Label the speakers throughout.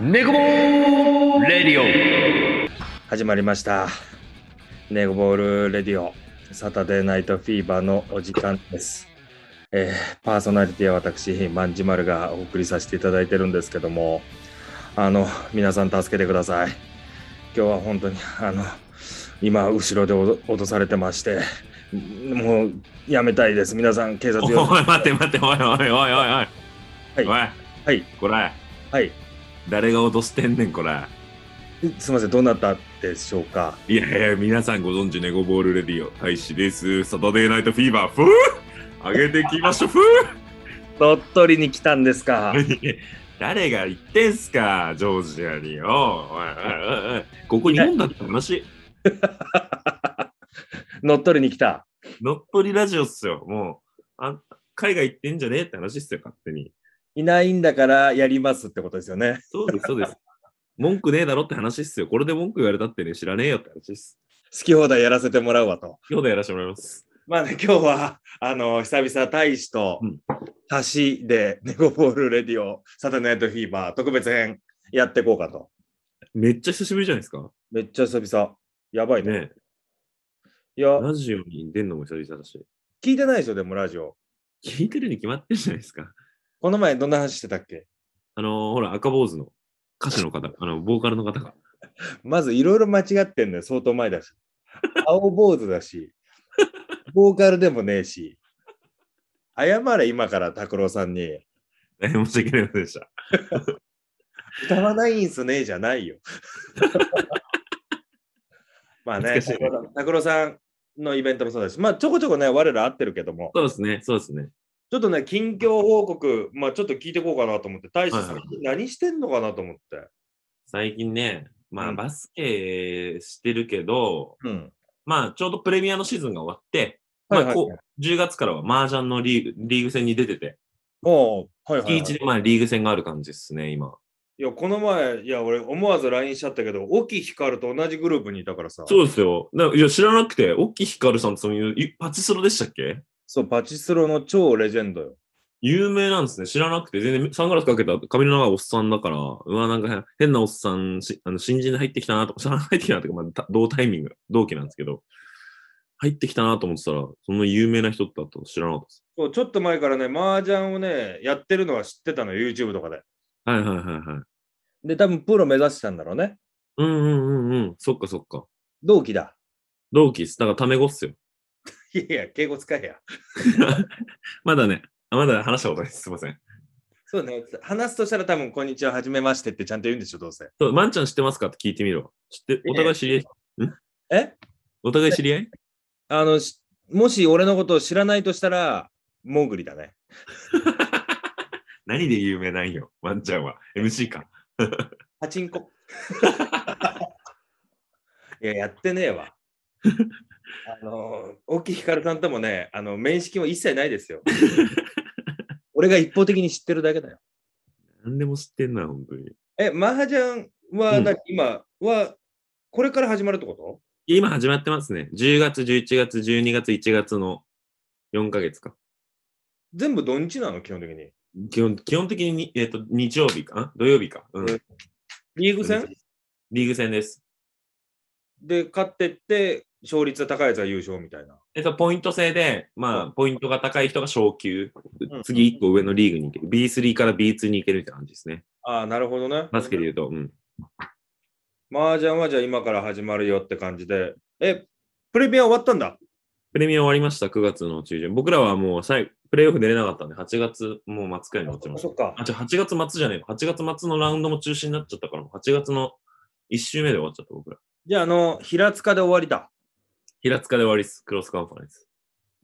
Speaker 1: ネコボールレディ
Speaker 2: 始まりました。ネゴボールレディオサタデーナイトフィーバーのお時間です。えーパーソナリティは私、万事丸がお送りさせていただいてるんですけども、あの、皆さん助けてください。今日は本当に、あの、今、後ろでおど落とされてまして、もうやめたいです。皆さん、警察
Speaker 1: オ。
Speaker 2: よ
Speaker 1: おい待って待っておいおいおいおいおい。おい
Speaker 2: はい、
Speaker 1: これ
Speaker 2: はい。
Speaker 1: 誰が落としてんねんこれ。
Speaker 2: すみません、どうなったでしょうか。
Speaker 1: いやいや皆さんご存知ネゴボールレディオ大使です。サタデーナイトフィーバーふう上げてきましょうふう。
Speaker 2: 鳥取に来たんですか。
Speaker 1: 誰が言ってんすかジョージアによ。おいおいおいおいここ日本だって話。
Speaker 2: 乗っ取りに来た。
Speaker 1: 乗っ取りラジオっすよ。もうあ海外行ってんじゃねえって話っすよ勝手に。
Speaker 2: いないんだからやりますってことですよね。
Speaker 1: そうです、そうです。文句ねえだろって話っすよ。これで文句言われたってね、知らねえよって話っす。
Speaker 2: 好き放題やらせてもらうわと。
Speaker 1: 今日でやらせてもらいます。
Speaker 2: まあね、今日は、あの、久々大使と
Speaker 1: うん、
Speaker 2: 橋で、ネゴボールレディオ、サタデーナイトフィーバー特別編やっていこうかと。
Speaker 1: めっちゃ久しぶりじゃないですか。
Speaker 2: めっちゃ久々。やばいね。
Speaker 1: ね
Speaker 2: いや、
Speaker 1: ラジオに出んのも久々だし。
Speaker 2: 聞いてないでしょ、でもラジオ。
Speaker 1: 聞いてるに決まってるじゃないですか。
Speaker 2: この前どんな話してたっけ
Speaker 1: あのーほら、赤坊主の歌手の 方、あの、ボーカルの方が。
Speaker 2: まずいろいろ間違ってんのよ、相当前 だし。青坊主だし、ボーカルでもねえし。謝れ、今から拓郎さんに。
Speaker 1: 大変申し訳ありませんでした。
Speaker 2: 歌わないんすねじゃないよ。 まあね、
Speaker 1: 懐かしいね
Speaker 2: 拓郎さんのイベントもそうだし、まあちょこちょこね、我ら会ってるけども、
Speaker 1: そうですね、そうですね。
Speaker 2: ちょっとね、近況報告、まあちょっと聞いていこうかなと思って、大使さん、
Speaker 1: はいは
Speaker 2: 何してんのかなと思って。
Speaker 1: 最近ね、ま
Speaker 2: う
Speaker 1: あ、
Speaker 2: ん
Speaker 1: バスケしてるけど、
Speaker 2: うん。
Speaker 1: まあ、ちょうどプレミアのシーズンが終わって、ま
Speaker 2: は
Speaker 1: あ
Speaker 2: いはい
Speaker 1: こう10月からは麻雀のリーグリーグ戦に出てて、
Speaker 2: おうはいはいはい、
Speaker 1: 月1でまあリーグ戦がある感じですね、今。
Speaker 2: いや、この前、いや、俺、思わず LINE しちゃったけど、沖ヒカルと同じグループにいたからさ、そう、
Speaker 1: そうですよ。ないや、知らなくて、大きいヒカルさんってそういういパチスロでしたっけ
Speaker 2: パチスロの超レジェンドよ。
Speaker 1: 有名なんですね。知らなくて、全然サングラスかけた髪の長いおっさんだから、うわ、なんか変なおっさん、しあの新人で入ってきたなとか、知らない入ってきたなとか、まあた、同タイミング、同期なんですけど、入ってきたなと思ってたら、その有名な人だったと知らなかったです。
Speaker 2: そうちょっと前からね、麻雀をね、やってるのは知ってたのよ、YouTube とかで。
Speaker 1: はいはいはいはい。
Speaker 2: で、多分プロ目指してたんだろうね。
Speaker 1: うんうんうんうん。そっかそっか。
Speaker 2: 同期だ。
Speaker 1: 同期っす。だからタメ語っすよ。
Speaker 2: いやいや、敬語使えや。
Speaker 1: まだね、あまだ話したことないです。すいません。
Speaker 2: そうね。話すとしたら多分、こんにちは、はじめましてってちゃんと言うんでしょ、どうせ。
Speaker 1: そう、まんちゃん知ってますかって聞いてみろ。知って、お互い知り合い、
Speaker 2: え
Speaker 1: お互い知り合い
Speaker 2: あの、しもし俺のことを知らないとしたら、モーグリだね。
Speaker 1: 何で有名なんよ、ワンちゃんは。MC か。
Speaker 2: パチン コ。いや、やってねえわ。あの、大きいヒカルさんともね、あの、面識も一切ないです よ。俺が一方的に知ってるだけだよ。
Speaker 1: 何でも知ってんな、本当に。
Speaker 2: え、マハジャンは
Speaker 1: うん
Speaker 2: 何、今は、これから始まるってこと
Speaker 1: 今始まってますね。10月、11月、12月、1月の4ヶ月か。
Speaker 2: 全部土日なの、基本的に。
Speaker 1: 基本基本的にに、えっと日曜日かん土曜日か。うん。
Speaker 2: リーグ戦
Speaker 1: リーグ戦です。
Speaker 2: で勝ってって、勝率が高いやつが優勝みたいな。
Speaker 1: えっと、ポイント制で、まあ、ポイントが高い人が昇級
Speaker 2: う。ん
Speaker 1: 次1個上のリーグに行ける。B3 から B2 に行けるみたいな感じですね。
Speaker 2: ああ、なるほどね。
Speaker 1: バスケで言うと、うん。
Speaker 2: 麻雀はじゃあ今から始まるよって感じで。え、プレミア終わったんだ。
Speaker 1: プレミア終わりました、9月の中旬。僕らはもう最後、プレイオフ出れなかったんで、8月もう末くらいになっちゃいました
Speaker 2: そ。っか
Speaker 1: あ、。じゃ8月末じゃねえか。8月末のラウンドも中止になっちゃったから、8月の1週目で終わっちゃった、僕ら。
Speaker 2: じゃあ、あの、平塚で終わりだ。
Speaker 1: 平塚で終わりです。クロスカンファレンス。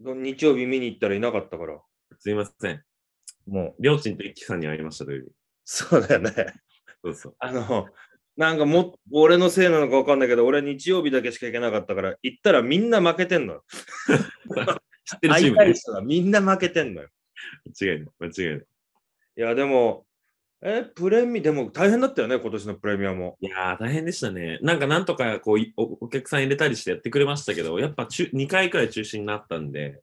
Speaker 2: 日曜日見に行ったらいなかったから。
Speaker 1: すいません。
Speaker 2: もう。
Speaker 1: りょうちんと一輝さんに会いました、土曜日。
Speaker 2: そうだよね。
Speaker 1: そうそう。
Speaker 2: あの、なんかもっ、俺のせいなのかわかんないけど、俺日曜日だけしか行けなかったから、行ったらみんな負けてんのよ。
Speaker 1: 知ってる
Speaker 2: 会い
Speaker 1: チー
Speaker 2: た
Speaker 1: ム
Speaker 2: い
Speaker 1: で
Speaker 2: 人がみんな負けてんのよ。
Speaker 1: 間違いない。間違いない。
Speaker 2: いや、でも、え、プレミ、でも大変だったよね、今年のプレミアも。
Speaker 1: いやー、大変でしたね。なんか、なんとか、こういお、お客さん入れたりしてやってくれましたけど、やっぱ中、2回くらい中止になったんで、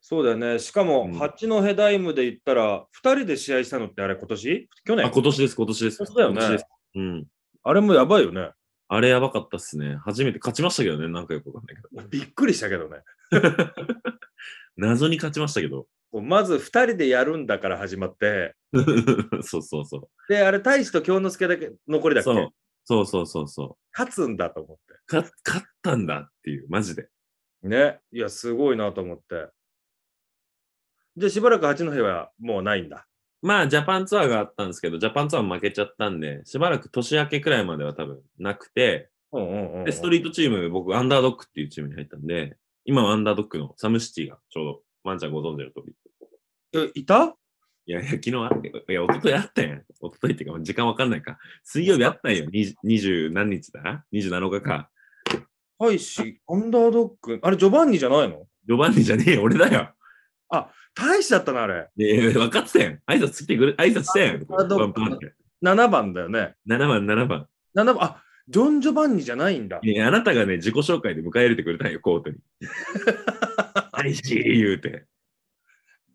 Speaker 2: そうだよね。しかも、
Speaker 1: うん
Speaker 2: 八戸ダイムで言ったら、2人で試合したのってあれ、今年去
Speaker 1: あ、
Speaker 2: 年
Speaker 1: 今年です、今年です。
Speaker 2: そうだよね
Speaker 1: 今年ですうん。
Speaker 2: あれもやばいよね。
Speaker 1: あれやばかったっすね。初めて勝ちましたけどね、なんかよくわかんないけど。
Speaker 2: びっくりしたけどね。
Speaker 1: 謎に勝ちましたけど。
Speaker 2: こうまず2人でやるんだから始まって、
Speaker 1: そうそうそう。
Speaker 2: で、あれ、大使と京之助だけ残りだっけ
Speaker 1: そうそうそうそうそ
Speaker 2: 勝つんだと思っ
Speaker 1: う。か勝ったんだっていう、マジで。
Speaker 2: て。ね。いや、すごいなと思って。じゃあ、しばらく八戸はもうないんだ。
Speaker 1: まあ、ジャパンツアーがあったんですけど、ジャパンツアー負けちゃったんで、しばらく年明けくらいまでは多分なくて、
Speaker 2: うんうんうんうん
Speaker 1: で、ストリートチーム、僕、アンダードックっていうチームに入ったんで、今はアンダードックのサムシティがちょうど、ワンちゃんご存知の通り。
Speaker 2: え、いた
Speaker 1: いやいや、昨日あったよ。いや、一昨日あったやん。一昨日っていうか、時間わかんないか。水曜日あったんよ。にじ二十何日だ二十七日か。
Speaker 2: 大使、アンダードッグ。あれ、ジョバンニじゃないの
Speaker 1: ジョバンニじゃねえよ、俺だよ。
Speaker 2: 大使だったな、あれ。
Speaker 1: いやいや分かってたやん。挨拶来てくれ、挨拶したやん。
Speaker 2: アンダードック
Speaker 1: バンバンって
Speaker 2: 7番だよね。
Speaker 1: 7番、7番。
Speaker 2: 7番、あ、ジョン・ジョバンニじゃないんだ。
Speaker 1: いや、あなたがね、自己紹介で迎え入れてくれたんよ、コ ートに。大事言うて。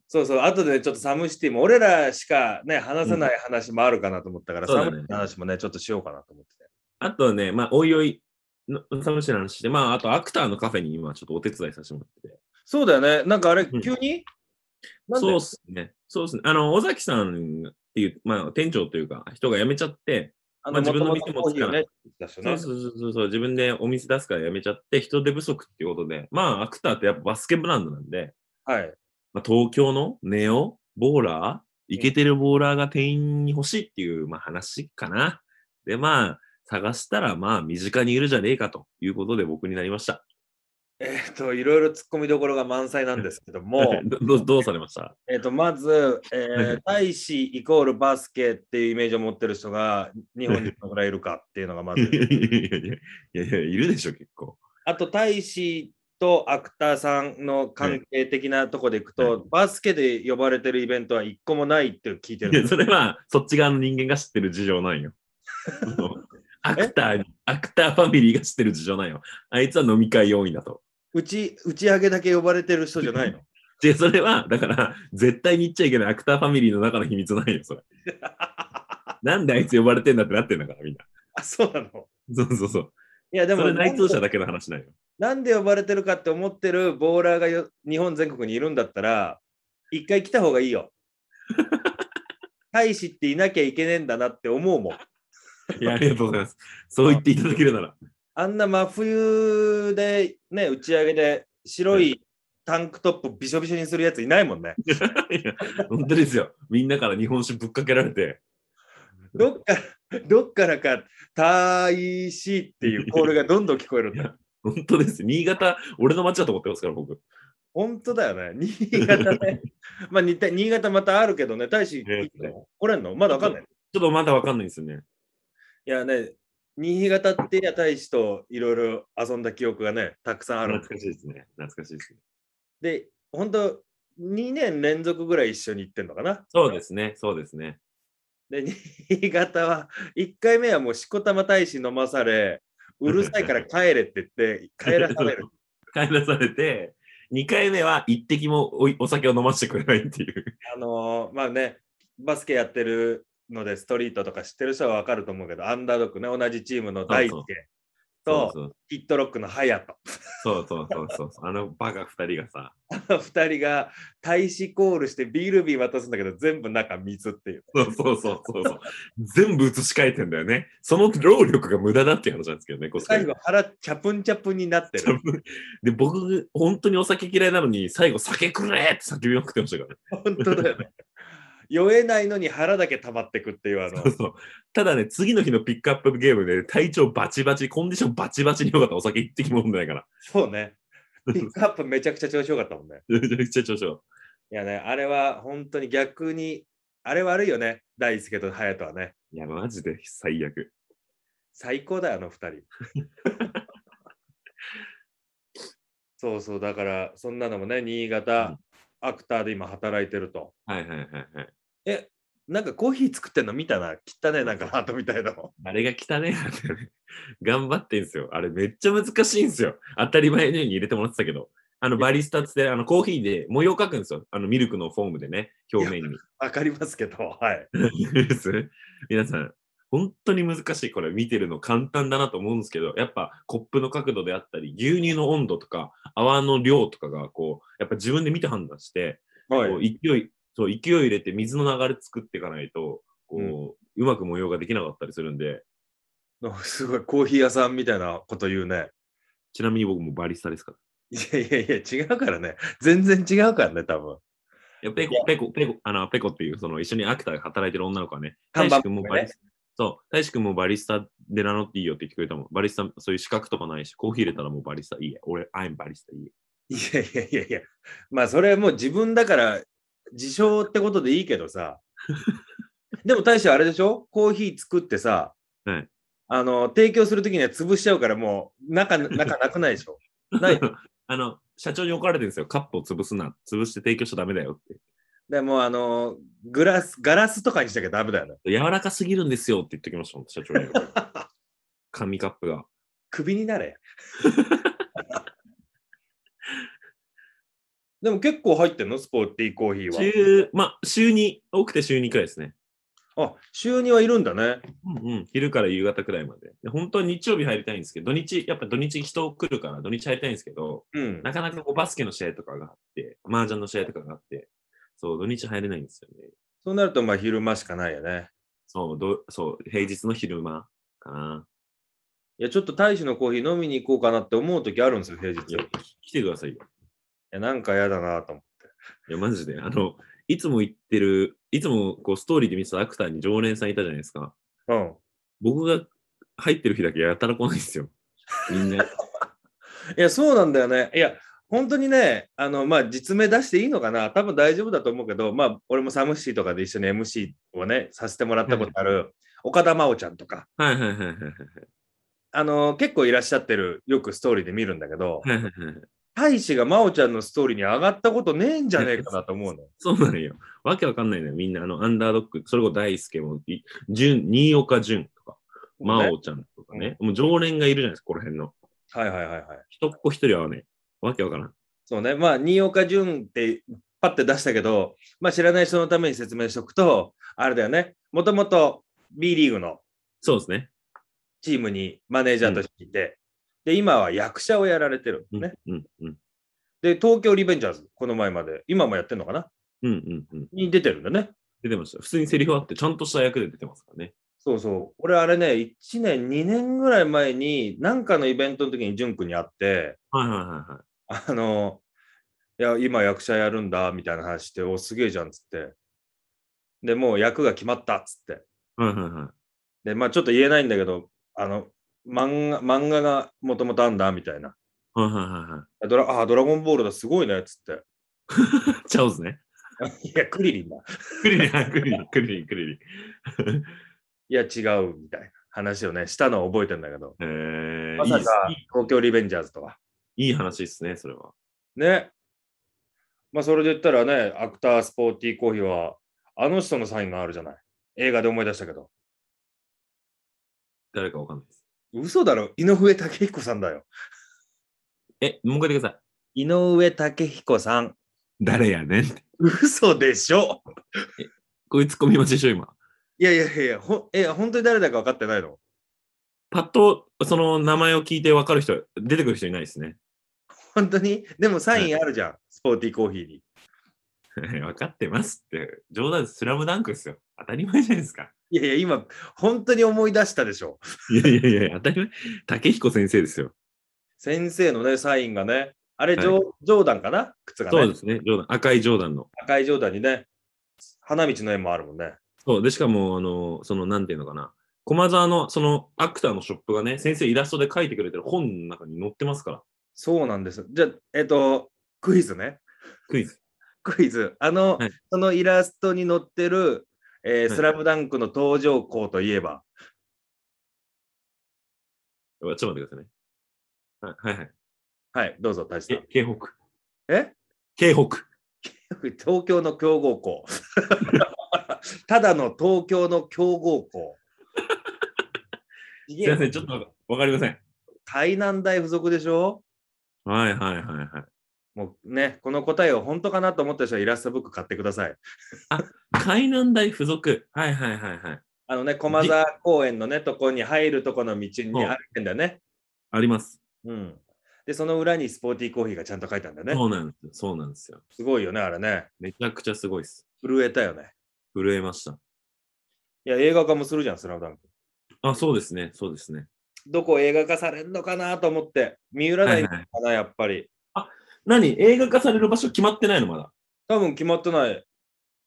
Speaker 2: そうそう、後でちょっとサムシティも、俺らしかね、話せない話もあるかなと思ったから、
Speaker 1: そうだ
Speaker 2: サ
Speaker 1: ね
Speaker 2: ムシティの話もね、ちょっとしようかなと思ってて。
Speaker 1: あとね、まあ、おいおいの、サムシの話して、まあ、あと、アクターのカフェに今、ちょっとお手伝いさせてもらってて。
Speaker 2: そうだよね。なんかあれ、
Speaker 1: うん
Speaker 2: 急に、なんで
Speaker 1: そうっすね。そうっすね。あの、尾崎さんっていう、まあ、店長というか、人が辞めちゃって、
Speaker 2: あ
Speaker 1: まあ自分の店持つから
Speaker 2: ね。だし
Speaker 1: そう
Speaker 2: ね
Speaker 1: そうそうそうそう、自分でお店出すから辞めちゃって、人手不足っていうことで、まあ、アクターってやっぱバスケブランドなんで、
Speaker 2: はい。
Speaker 1: まあ、東京のネオ、ボーラー、イケてるボーラーが店員に欲しいっていう、まあ、話かな。で、まあ、探したら、まあ、身近にいるじゃねえかということで僕になりました。、
Speaker 2: えっ、と、いろいろ突っ込みどころが満載なんですけども
Speaker 1: どどどうされました
Speaker 2: えっと、まず、え
Speaker 1: は
Speaker 2: ー、大使イコールバスケっていうイメージを持ってる人が日本にどのぐらいいるかっていうのがま
Speaker 1: いや
Speaker 2: ず。
Speaker 1: いやいやいやいや、いるでしょ、結構。
Speaker 2: あと、大使とアクターさんの関係的なとこでいくと、
Speaker 1: は
Speaker 2: バスケで呼ばれてるイベントは一個もないって聞いて
Speaker 1: い
Speaker 2: るん
Speaker 1: や、
Speaker 2: です。
Speaker 1: それは、そっち側の人間が知ってる事情なん よ。そのアクターに、アクターファミリーが知ってる事情なんよ。あいつは飲み会要員だと。
Speaker 2: うち、打ち上げだけ呼ばれてる人じゃ ないの
Speaker 1: で、それは、だから、絶対に言っちゃいけないアクターファミリーの中の秘密なん よ、それ。なんであいつ呼ばれてんだってなってんだから、みんな。
Speaker 2: あ、そうなの
Speaker 1: そうそうそう。
Speaker 2: いや、で
Speaker 1: そ
Speaker 2: も
Speaker 1: れ、内通者だけの話なんよ。
Speaker 2: なんで呼ばれてるかって思ってるボーラーがよ日本全国にいるんだったら、一回来た方がいい よ。大使っていなきゃいけねえんだなって思うもん。
Speaker 1: いや、ありがとうございます。そう言っていただけるなら。
Speaker 2: あんな真冬でね、打ち上げで白いタンクトップびしょびしょにするやついないもんね。
Speaker 1: いや、本当ですよ。みんなから日本酒ぶっかけられて。
Speaker 2: どっから、どっからか、大使っていうコールがどんどん聞こえるんだ。
Speaker 1: 本当です。新潟、俺の街だと思ってますから、僕。
Speaker 2: 本当だよね。新潟ね。 まあ、似た新潟またあるけどね、大使
Speaker 1: ね
Speaker 2: 来れんのまだわかんない。
Speaker 1: ちょっとまだわかんないんですよね。
Speaker 2: いやね、新潟ってや大使といろいろ遊んだ記憶がね、たくさんある
Speaker 1: 懐。かしいですね。懐かしいですね。
Speaker 2: で、本当2年連続ぐらい一緒に行ってんのかな。
Speaker 1: そうですね。そうですね。
Speaker 2: で、新潟は1回目はもうしこたま大使飲まされ、うるさいから帰れって言って、帰らされる。
Speaker 1: 帰らされて、2回目は一滴もおお酒を飲ませてくれないっていう。
Speaker 2: あのーまあね、バスケやってるので、ストリートとか知ってる人はわかると思うけど、アンダードックね、同じチームの大輔
Speaker 1: そう
Speaker 2: と、
Speaker 1: そう
Speaker 2: ヒット ロックの隼人。
Speaker 1: そうそうそうそうそう。あのバカ2人がさ。
Speaker 2: 2人が大使コールしてビール瓶渡すんだけど、全部中水っていう。
Speaker 1: そうそうそうそうそう。全部移し替えてんだよね。その労力が無駄だっていう話なんですけどね、こっそり
Speaker 2: 最後腹チャプンチャプンになってる。
Speaker 1: で、僕、本当にお酒嫌いなのに、最後、酒くれって叫びまくってましたからね。
Speaker 2: 本当だよね。酔えないのに腹だけ溜まってくっていうあの
Speaker 1: そうそうただね、次の日のピックアップゲームで、体調バチバチ、コンディションバチバチに良かったお酒一滴も飲んでないから。
Speaker 2: そうねピックアップめちゃくちゃ調子よかったもんね
Speaker 1: めちゃくちゃ調子よ
Speaker 2: いやねあれは本当に逆にあれ悪いよね大輔と隼人はね
Speaker 1: いや、マジで最悪。
Speaker 2: 最高だよあの二 人そうそうだからそんなのもね新潟、アクターで今働いてると
Speaker 1: はいはいはいはい。
Speaker 2: えなんかコーヒー作ってんの見たな汚ねなんかハートみたいなの
Speaker 1: あれが汚ねえなんだよね。 頑張ってんすよ。あれめっちゃ難しいんすよ。当たり前のように入れてもらってたけど。あのバリスタっつって、あのコーヒーで模様描くんですよ。あのミルクのフォームでね、表面に。
Speaker 2: わかりますけどはい
Speaker 1: いいです皆さん、本当に難しい。これ見てるの簡単だなと思うんですけど、やっぱコップの角度であったり、牛乳の温度とか、泡の量とかが、こう、やっぱ自分で見て判断して、
Speaker 2: は
Speaker 1: こう
Speaker 2: い。
Speaker 1: 勢い、そう、勢い入れて水の流れ作っていかないと、こう、うまく模様ができなかったりするんで、
Speaker 2: すごい、コーヒー屋さんみたいなこと言うね。
Speaker 1: ちなみに僕もバリスタですから。
Speaker 2: いやいやいや、違うからね。全然違うからね、多分。
Speaker 1: いやペコ、ペコ、ペコ、あの、ペコっていう、その、一緒にアクターが働いてる女の子はね、
Speaker 2: 看
Speaker 1: 大
Speaker 2: 板
Speaker 1: 志くんもバリスタ、そう、大志くんもバリスタで名乗っていいよって言ってくれたもん。バリスタ、そういう資格とかないし、コーヒー入れたらもうバリスタいいや。俺、アイムバリスタいいや。
Speaker 2: いやいやいやいや。まあ、それはもう自分だから、自称ってことでいいけどさ。でも、大将あれでしょコーヒー作ってさ、
Speaker 1: はい
Speaker 2: あの、提供するときには潰しちゃうから、もう、中、中なくないでしょない。
Speaker 1: あの、社長に怒られてるんですよ。カップを潰すな。潰して提供しちゃダメだよって。
Speaker 2: でも、あの、グラス、ガラスとかにしなきゃダメだよね。
Speaker 1: 柔らかすぎるんですよって言ってきましたもん、社長 に。紙カップが。
Speaker 2: クビにな れ。でも結構入ってんのスポーティーコーヒーは。
Speaker 1: 週、まあ、週に、多くて週2回ですね。
Speaker 2: あ、週にはいるんだね。
Speaker 1: うんうん、昼から夕方くらいまでで。本当は日曜日入りたいんですけど、土日、やっぱ土日人来るから土日入りたいんですけど、
Speaker 2: うん。
Speaker 1: なかなかこうバスケの試合とかがあって、麻雀の試合とかがあって、そう、土日入れないんですよね。
Speaker 2: そうなると、まあ、昼間しかないよね。
Speaker 1: そう、どそう平日の昼間かな。
Speaker 2: いや、ちょっと大使のコーヒー飲みに行こうかなって思う時あるんですよ、平
Speaker 1: い
Speaker 2: 日。い
Speaker 1: や、来てくださいよ。
Speaker 2: や、なんか嫌だなと思って。
Speaker 1: いや、マジで。あの、いつも言ってる、いつもこうストーリーで見てたアクターに常連さんいたじゃないですか。
Speaker 2: うん。
Speaker 1: 僕が入ってる日だけやたら来ないんですよ。みんな。
Speaker 2: いや、そうなんだよね。いや、本当にね、あの、まあ、実名出していいのかな多分大丈夫だと思うけど、まあ、俺もサムシーとかで一緒に MC をね、させてもらったことある、岡田真央ちゃんとか、
Speaker 1: はいはいはいはいはい
Speaker 2: あの、結構いらっしゃってる、よくストーリーで見るんだけど、
Speaker 1: はいはいはいはい。
Speaker 2: 大使が真央ちゃんのストーリーに上がったことねえんじゃねえかなと思うの。
Speaker 1: そうなのよ。わけわかんないのよ。みんな、あの、アンダードッグ、それこそ大輔も、い順新岡淳とか、真央ちゃんとかね。もう常連がいるじゃないですか、この辺の。
Speaker 2: はいはいはいはい。
Speaker 1: 一っ子一人はね、わけわからん。
Speaker 2: そうね、まあ、新岡淳ってパッて出したけど、まあ、知らない人のために説明しておくと、あれだよね、もともと B リーグの
Speaker 1: そうですね。
Speaker 2: チームにマネージャーとしていて、で、今は役者をやられてる
Speaker 1: う
Speaker 2: の
Speaker 1: ん、
Speaker 2: ね。
Speaker 1: うん、うん。
Speaker 2: で、東京リベンジャーズ、この前まで、今もやってんのかな
Speaker 1: うん、うん、うん。
Speaker 2: に出てるんだね。
Speaker 1: 出てました。普通にセリフあって、ちゃんとした役で出てますからね。
Speaker 2: そうそう。俺、あれね、1年、2年ぐらい前に、なんかのイベントの時に淳君に会って、
Speaker 1: はいはいはいはい。
Speaker 2: あの、いや、今役者やるんだ、みたいな話して、お、すげえじゃん、つって。で、もう役が決まった、つって。
Speaker 1: はいはいはい。
Speaker 2: で、まあちょっと言えないんだけど、あの、漫画漫画がもともとあんだみたいな。
Speaker 1: はいはいはいは
Speaker 2: ドラあードラゴンボールだ、すごいねっつっ
Speaker 1: い。チャオズね。
Speaker 2: て。いや、クリリンだ。
Speaker 1: クリリン、クリリン、クリリン、クリリン。
Speaker 2: いや、違うみたいな話をね、したのを覚えてんだけど、
Speaker 1: えー、
Speaker 2: ま
Speaker 1: いい
Speaker 2: さ
Speaker 1: です
Speaker 2: か
Speaker 1: いい
Speaker 2: 東京リベンジャーズとは。
Speaker 1: いい話ですね、それは。
Speaker 2: ね。まあ、それで言ったらね、アクタースポーティーコーヒーは、あの人のサインがあるじゃない。映画で思い出したけど。
Speaker 1: 誰かわかんないです。
Speaker 2: 嘘だろ、井上武彦さんだよ。
Speaker 1: え、もう一回言ってください。
Speaker 2: 井上武彦さん。
Speaker 1: 誰やねんって。
Speaker 2: 嘘でしょ。
Speaker 1: こいつ込み待ちでしょ、今。
Speaker 2: いやいやいやいや、ほんえ本当に誰だか分かってないの
Speaker 1: パッと、その名前を聞いてわかる人、出てくる人いないですね。
Speaker 2: 本当にでもサインあるじゃん、スポーティーコーヒーに。
Speaker 1: わかってますって、冗談ですスラムダンクですよ。当たり前じゃないですか。
Speaker 2: いやいや、今、本当に思い出したでしょ。
Speaker 1: いやいやいや、当たり前。竹彦先生ですよ。
Speaker 2: 先生のね、サインがね、あれ、
Speaker 1: はい
Speaker 2: ジョージョーダンかな靴が
Speaker 1: そう
Speaker 2: ね
Speaker 1: で、すね、冗談赤い冗談の。
Speaker 2: 赤いジョーダンにね、花道の絵もあるもんね。
Speaker 1: そう、で、しかも、あの、その、なんていうのかな。駒沢の、その、アクターのショップがね、先生イラストで書いてくれてる本の中に載ってますから。
Speaker 2: そうなんです。じゃあ、えっ、と、クイズね。
Speaker 1: クイズ。
Speaker 2: クイズ。あの、
Speaker 1: はい
Speaker 2: そのイラストに載ってる、えー
Speaker 1: はい
Speaker 2: スラムダンクの登場校といえば、
Speaker 1: うわちょっと待ってくださいね。はいはいはい。
Speaker 2: はい、どうぞ、大使さん
Speaker 1: え。京北。
Speaker 2: え
Speaker 1: 京北。
Speaker 2: 東京の強豪校。 ただの東京の強豪 校。す
Speaker 1: すいません、ちょっとわかりません。
Speaker 2: 海南大附属でしょ
Speaker 1: はいはいはいはい。
Speaker 2: もうね、この答えを本当かなと思った人はイラストブック買ってください。
Speaker 1: 海南大附属。はいはいはいはい。
Speaker 2: あのね、駒沢公園のね、とこに入るとこの道にあるんだよね。
Speaker 1: あります。
Speaker 2: うん。で、その裏にスポーティーコーヒーがちゃんと書いたんだよね
Speaker 1: そ。うなんですよ。そうなんですよ。
Speaker 2: すごいよね、あれね。
Speaker 1: めちゃくちゃすごいです。
Speaker 2: 震えたよね。
Speaker 1: 震えました。
Speaker 2: いや、映画化もするじゃん、スラムダンク。
Speaker 1: あ、そうですね。そうですね。
Speaker 2: どこ映画化されるのかなと思って、三浦
Speaker 1: は
Speaker 2: 台
Speaker 1: い
Speaker 2: か
Speaker 1: はい。
Speaker 2: な、やっぱり。
Speaker 1: 何映画化される場所決まってないのまだ。
Speaker 2: 多分決まってない。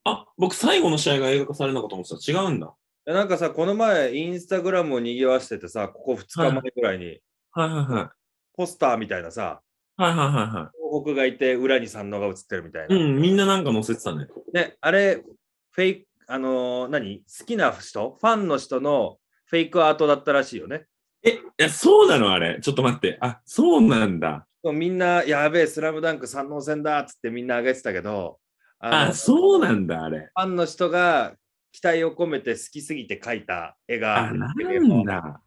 Speaker 1: あ、僕最後の試合が映画化されるのかと思ってた。違うんだ。
Speaker 2: えなんかさ、この前、インスタグラムを賑わしててさ、ここ2日前ぐらいに、
Speaker 1: はいはいはい。
Speaker 2: ポスターみたいなさ、
Speaker 1: はいはいはいは
Speaker 2: 東北がいて、裏に山王が映ってるみたい
Speaker 1: い。
Speaker 2: な。
Speaker 1: うん、みんななんか載せてたね。
Speaker 2: ね、あれ、フェイク、あのー何好きな人、ファンの人のフェイクアートだったらしいよね。
Speaker 1: え、いや、そうなのあれ。ちょっと待って。あ、そうなんだ。
Speaker 2: みんな、やべえ、スラムダンク山王戦だっつってみんな上げてたけど、あの
Speaker 1: あ、そうなんだ、あれ。
Speaker 2: ファンの人が期待を込めて好きすぎて描いた絵が
Speaker 1: あ、なんだ。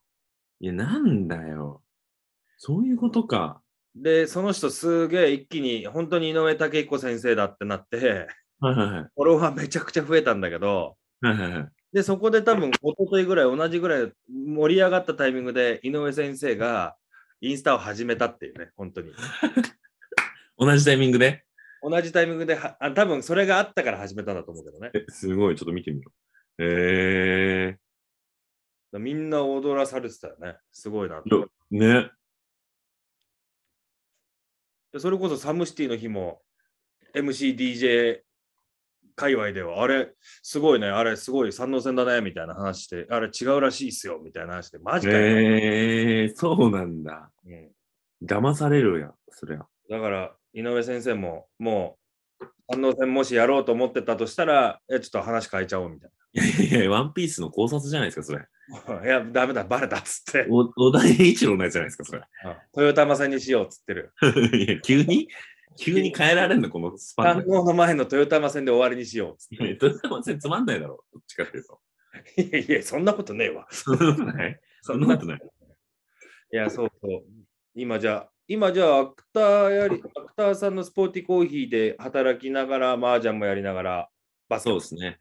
Speaker 1: いや、なんだよ。そういうことか。
Speaker 2: で、その人すげえ一気に本当に井上武彦先生だってなって、
Speaker 1: はいはいはい。
Speaker 2: フォロワーめちゃくちゃ増えたんだけど、
Speaker 1: はいはいはい。
Speaker 2: で、そこで多分一昨日ぐらい同じぐらい盛り上がったタイミングで井上先生がインスタを始めたっていうね、本当に。
Speaker 1: 同じタイミングで。
Speaker 2: 同じタイミングでは、あ多分それがあったから始めたんだと思うけどね。
Speaker 1: え、すごい。ちょっと見てみよう。え
Speaker 2: みんな踊らされてたよね。すごいなと。
Speaker 1: よー。ね。
Speaker 2: でそれこそサムシティの日も MCDJ 界隈ではあれすごいねあれすごい三能線だねみたいな話してあれ違うらしいっすよみたいな話でマジかよ、
Speaker 1: えー、そうなんだ。
Speaker 2: うん
Speaker 1: 騙されるやん、そりゃ。
Speaker 2: だから井上先生ももう三能線もしやろうと思ってたとしたらえちょっと話変えちゃおうみたい
Speaker 1: いやいやいや、ワンピースの考察じゃないですか、それ。
Speaker 2: な いやダメだバレたっつって
Speaker 1: お小田栄一郎のやつじゃないですか、それ。
Speaker 2: 豊玉線にしようっつってる
Speaker 1: いや、急に急に変えられんの、このスパン
Speaker 2: 三
Speaker 1: で。
Speaker 2: 能の前の豊玉線で終わりにしようっつ
Speaker 1: いやドラマ全然つまんないだろ、どっちかっていうと。
Speaker 2: って いやいやそんなことねえわ
Speaker 1: そんなことない。そんなことない。
Speaker 2: い や、そうそう。今じゃあ、今じゃあ、アクターやり、アクターさんのスポーティーコーヒーで働きながら、麻雀もやりながら、バスケ
Speaker 1: そうですね。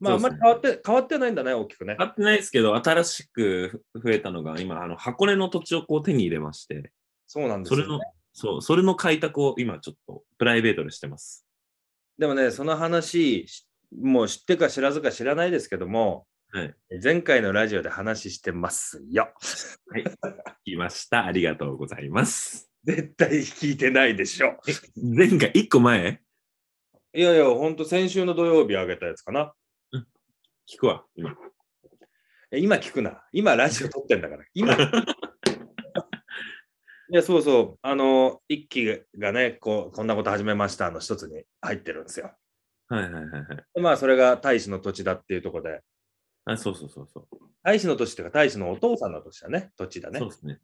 Speaker 2: まあ、あんま
Speaker 1: そう
Speaker 2: り
Speaker 1: ですね
Speaker 2: 変わって、変わってないんだね、大きくね。
Speaker 1: 買ってないですけど、新しく増えたのが、今、あの箱根の土地をこう手に入れまして、
Speaker 2: そうなんです
Speaker 1: そ
Speaker 2: よ、
Speaker 1: れの、そう、それの開拓を今ちょっとプライベートでしてます。
Speaker 2: でもね、その話、しもう知ってか知らずか知らないですけども、
Speaker 1: はい
Speaker 2: 前回のラジオで話してますよ。
Speaker 1: 来ました。ありがとうございます。
Speaker 2: 絶対聞いてないでしょ。
Speaker 1: 前回、1個前
Speaker 2: いやいや、ほんと先週の土曜日あげたやつかな。
Speaker 1: 聞くわ、今。
Speaker 2: え今聞くな。今ラジオ撮ってんだから。 今。いや、そうそう。あの、一期がね、こう、こんなこと始めましたの一つに入ってるんですよ。
Speaker 1: はいはいはいはい。
Speaker 2: でまあ、それが大使の土地だっていうところで、
Speaker 1: あそうそうそうそう。
Speaker 2: 大使の土地っていうか、大使のお父さんの土地だね、土地だね
Speaker 1: そう。ですね。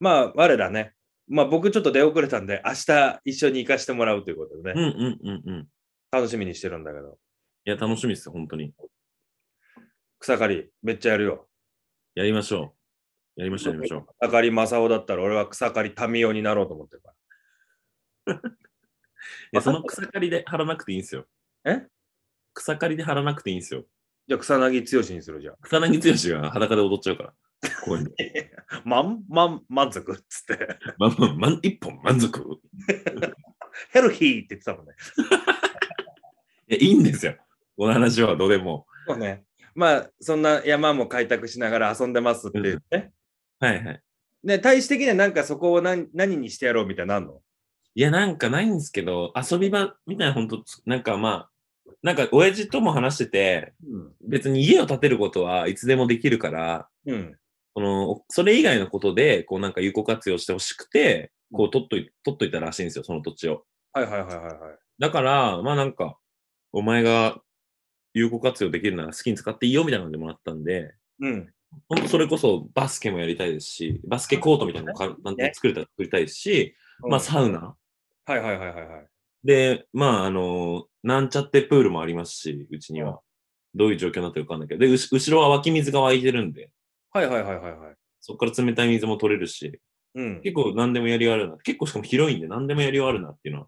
Speaker 2: まあ、我らね、まあ、僕ちょっと出遅れたんで、明日一緒に行かしてもらうということで
Speaker 1: うん
Speaker 2: ね、
Speaker 1: うんうんうん。い
Speaker 2: 楽しみにしてるんだけど、
Speaker 1: や、楽しみですよ、本当に。
Speaker 2: 草刈り、めっちゃやるよ。
Speaker 1: やりましょう。やりましょう、やりましょう。
Speaker 2: 草刈正雄だったら、俺は草刈民雄になろうと思ってるか
Speaker 1: いや、その草刈りで張らなくていいんですよ。
Speaker 2: ら。え
Speaker 1: 草刈りで張らなくていいんですよ。
Speaker 2: じゃあ、草薙剛にするじゃん。
Speaker 1: 草薙剛が裸で踊っちゃうから。こ ういうの。
Speaker 2: まん、まん、満足っつって、
Speaker 1: まあまあ、まん一本満足。い
Speaker 2: ヘルヒーって言ってたもんね。
Speaker 1: や、いいんですよ。この話はどうでも。
Speaker 2: そうね。まあ、そんな山も開拓しながら遊んでますって言ってね。
Speaker 1: はいはい。
Speaker 2: ね、大使的にはなんかそこを何何にしてやろうみたいなのあんの
Speaker 1: いや、なんかないんですけど、遊び場みたいな、本当なんかまあ、なんか親父とも話してて、別に家を建てることはいつでもできるから、
Speaker 2: うん。うん。
Speaker 1: この、それ以外のことで、こうなんか有効活用してほしくて、こう取っとい、取っといたらしいんですよ、その土地を。
Speaker 2: はいはいはいはいはい。
Speaker 1: だから、まあなんか、お前が有効活用できるなら好きに使っていいよみたいなのでもらったんで、
Speaker 2: うん。
Speaker 1: ほんとそれこそバスケもやりたいですし、バスケコートみたいなのも簡単に作れたら作りたいですし、まあサウナ。
Speaker 2: うん。はいはいはいはいはい。
Speaker 1: で、まああの、なんちゃってプールもありますし、うちには。どういう状況になってるかわかんないけど、で、うし後ろは湧き水が湧いてるんで、
Speaker 2: はいはいはいはいはい。
Speaker 1: そこから冷たい水も取れるし、
Speaker 2: うん。
Speaker 1: 結構何でもやりがあるな。結構しかも広いんで何でもやりがあるなっていうのは。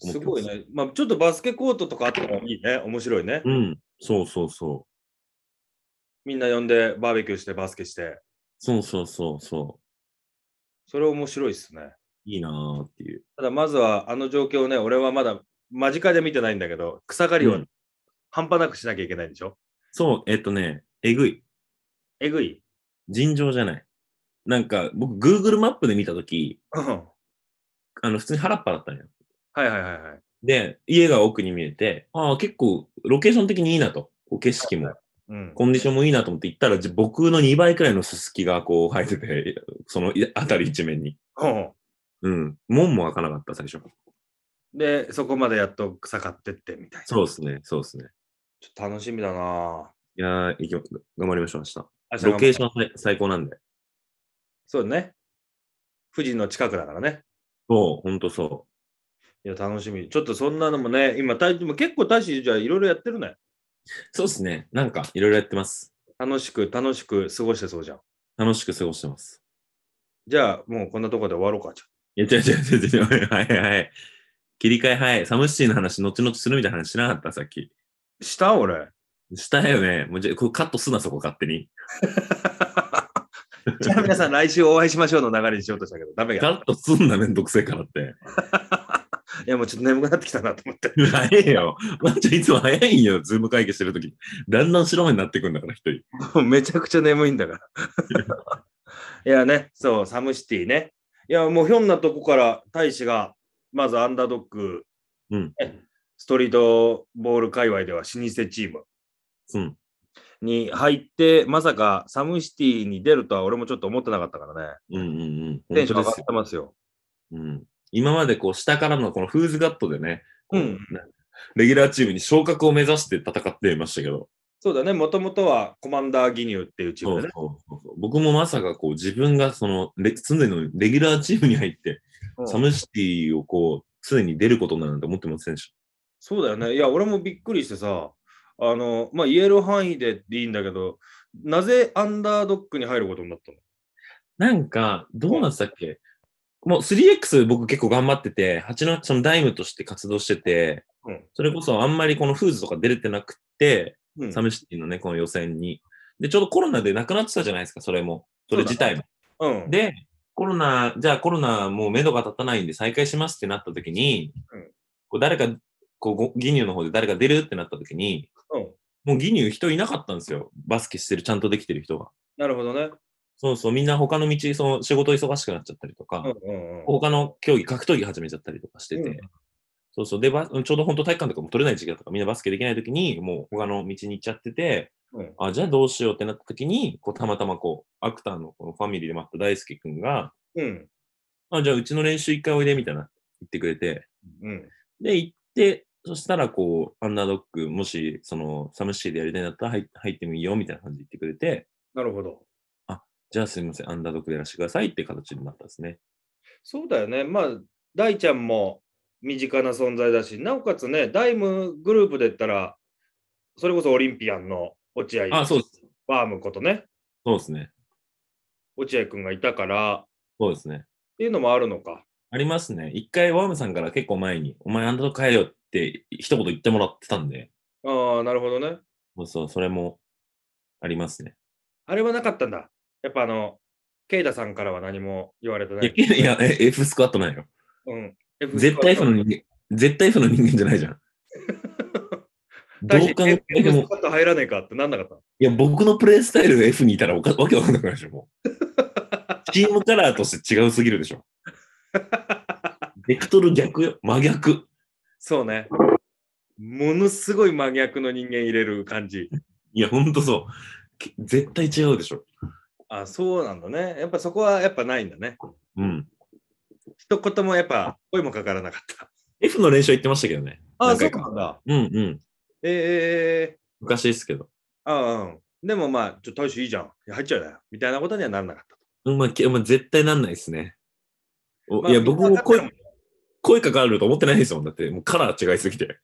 Speaker 2: すごいね。まあ、ちょっとバスケコートとかあったらいいね。面白いね。
Speaker 1: うん。そうそうそう。
Speaker 2: みんな呼んでバーベキューしてバスケして、
Speaker 1: そうそうそうそう。
Speaker 2: それ面白いっすね。
Speaker 1: いいなーっていう。
Speaker 2: ただまずはあの状況をね、俺はまだ間近で見てないんだけど、草刈り
Speaker 1: う
Speaker 2: を
Speaker 1: ん
Speaker 2: 半端なくしなきゃいけないんでしょ
Speaker 1: そう、えっとね、えぐい。
Speaker 2: えぐい。
Speaker 1: 尋常じゃない。なんか、僕、Google マップで見たとき、
Speaker 2: うん
Speaker 1: あの、普通に原っぱだったのよ。
Speaker 2: はいはいはいはい。
Speaker 1: で、家が奥に見えて、ああ、結構、ロケーション的にいいなと。こう景色も、
Speaker 2: うん、
Speaker 1: コンディションもいいなと思って行ったら、じ僕の2倍くらいのススキがこう生えてて、そのい辺り一面に。
Speaker 2: うん
Speaker 1: うん。門も開かなかった、最初。
Speaker 2: で、そこまでやっと草刈ってってみたいな。
Speaker 1: そうですね、そうですね。
Speaker 2: ちょっと楽しみだない
Speaker 1: やー、いきま頑張りましょう、明
Speaker 2: 明日
Speaker 1: 日。ロケーシ
Speaker 2: ン。
Speaker 1: ョン最最高なんで。
Speaker 2: そうね。富士の近くだからね。
Speaker 1: そう、ほんとそ
Speaker 2: いや、楽しみ。ちょっとそんなのもね、今、大でも結構大使じゃあいろいろやってるね。
Speaker 1: う。そうですね。なんか、いろいろやってます。
Speaker 2: 楽しく、楽しく過ごしてそうじゃん。
Speaker 1: 楽しく過ごしてます。
Speaker 2: じゃあ、もうこんなとこで終わろうか。じゃあ
Speaker 1: いや、違う違う違う違う。はいはい。切り替えはい。サムシティの話、後々するみたいな話しなかった、さっき。
Speaker 2: した俺。
Speaker 1: したよね。もうじゃこれカットすな、そこ勝手に。
Speaker 2: じゃあ皆さん来週お会いしましょうの流れにしようとしたけど、ダメ
Speaker 1: カ
Speaker 2: や。
Speaker 1: ットすんな、めんどくせえからって。
Speaker 2: いや、もうちょっと眠くなってきたなと思って。
Speaker 1: 早えよ。まっちゃんいつも早いんよ、ズーム会議してるとき。だんだん白目になってくんだから、一人。
Speaker 2: も うめちゃくちゃ眠いんだから。 いやね、そう、サムシティね。いや、もうひょんなとこから大使が、まずアンダードッグ、
Speaker 1: うん
Speaker 2: えストリートボール界隈では老舗チーム
Speaker 1: うん。
Speaker 2: に入って、まさかサムシティに出るとは俺もちょっと思ってなかったからね。
Speaker 1: うんうんうん。
Speaker 2: テンション上が
Speaker 1: 本当
Speaker 2: っ
Speaker 1: です
Speaker 2: て
Speaker 1: よ。
Speaker 2: ますよ。
Speaker 1: うん。今までこう、下からのこのフーズガットでね、こ
Speaker 2: うん
Speaker 1: レギュラーチームに昇格を目指して戦っていましたけど、
Speaker 2: そうだね、もともとはコマンダーギニューっていうチー
Speaker 1: そ
Speaker 2: ム
Speaker 1: う
Speaker 2: で
Speaker 1: そう
Speaker 2: ね。
Speaker 1: そうそう僕もまさかこう自分がそのレ常のレギュラーチームに入って、
Speaker 2: うん
Speaker 1: サムシティをこう常に出ることになるなんて思ってませんでし
Speaker 2: そうだよね。いや、俺もびっくりしてさ、あの、まあ、言える範囲でいいんだけど、なぜアンダードッグに入ることになったの
Speaker 1: た。なんか、どうなんでしたっけもう 3X 僕結構頑張ってて、八のそのダイムとして活動してて、
Speaker 2: うん
Speaker 1: それこそあんまりこのフーズとか出れてなくって、
Speaker 2: うん
Speaker 1: サムシティのね、この予選に。で、ちょうどコロナでなくなってたじゃないですか、それも。それ自体も。
Speaker 2: うん、
Speaker 1: で、コロナ、じゃあコロナもう目処が立たないんで再開しますってなった時に、
Speaker 2: うん
Speaker 1: こう誰か、こうご、ギニューの方で誰か出るってなった時に、
Speaker 2: うん、
Speaker 1: もうギニュー人いなかったんですよ。バスケしてる、ちゃんとできてる人が。
Speaker 2: なるほどね。
Speaker 1: そうそう、みんな他の道、その仕事忙しくなっちゃったりとか、
Speaker 2: うんうんうん、
Speaker 1: 他の競技、格闘技始めちゃったりとかしてて、
Speaker 2: うん
Speaker 1: そうそう、で、バちょうど本当体育館とかも取れない時期だったから、みんなバスケできない時に、もう他の道に行っちゃってて、
Speaker 2: うん
Speaker 1: あ、じゃあどうしようってなった時に、こう、たまたまこう、アクターのこのファミリーで待った大輔くんが、
Speaker 2: うん。
Speaker 1: あ、じゃあうちの練習一回おいで、みたいな、言ってくれて。
Speaker 2: うん。
Speaker 1: で、行って、そしたら、こう、アンダードッグ、もし、その、サムシティでやりたいんだったら入入ってもいいよ、みたいな感じで言ってくれて、
Speaker 2: なるほど。
Speaker 1: じゃあすみません、アンダードッグでやらせてくださいって形になったんですね。
Speaker 2: そうだよね。まあ、大ちゃんも身近な存在だし、なおかつね、ダイムグループで言ったら、それこそオリンピアンの落合
Speaker 1: あ、そうです。
Speaker 2: バームことね、
Speaker 1: そうですね。
Speaker 2: 落合君がいたから、っ
Speaker 1: そうですね。
Speaker 2: ていうのもあるのか。
Speaker 1: ありますね。一回、ワームさんから結構前に、お前アンダードッグ入れよって一言言ってもらってたんで、
Speaker 2: ああ、なるほどね。
Speaker 1: そうそう、それもありますね。
Speaker 2: あれはなかったんだ。やっぱあの、ケイダさんからは何も言われてないい。
Speaker 1: や、いや、え F スクワットないよ。
Speaker 2: うん、F
Speaker 1: 絶対 F の人間、絶対 F の人間じゃないじゃん。どう考えて
Speaker 2: も。
Speaker 1: も
Speaker 2: スカット入らねえかってなんなかったの
Speaker 1: いや、僕のプレイスタイルが F にいたらおかわけわかんなくなるでしょ、も う。チームカラーとして違うすぎるでしょ。ベクトル逆よ、真逆。
Speaker 2: そうね。ものすごい真逆の人間入れる感じ。
Speaker 1: いや、ほんとそう。け絶対違うでしょ。
Speaker 2: あ、そうなんだね。やっぱそこはやっぱないんだね。
Speaker 1: うん。
Speaker 2: 一言もやっぱ声もかからなかった。
Speaker 1: F の練習は行ってましたけどね。何回か
Speaker 2: んだ。
Speaker 1: うんうん。
Speaker 2: ええ
Speaker 1: 昔ですけど。
Speaker 2: ああ、うん。でもまあ、ちょっと大将いいじゃん。いや入っちゃうなよ。みたいなことにはならなかった。
Speaker 1: うんまあ、けまあ、絶対なんないですね。お
Speaker 2: まあ
Speaker 1: いや、僕も
Speaker 2: わかっ
Speaker 1: 声声かかると思ってないですもん。だって、もうカラー違いす ぎて。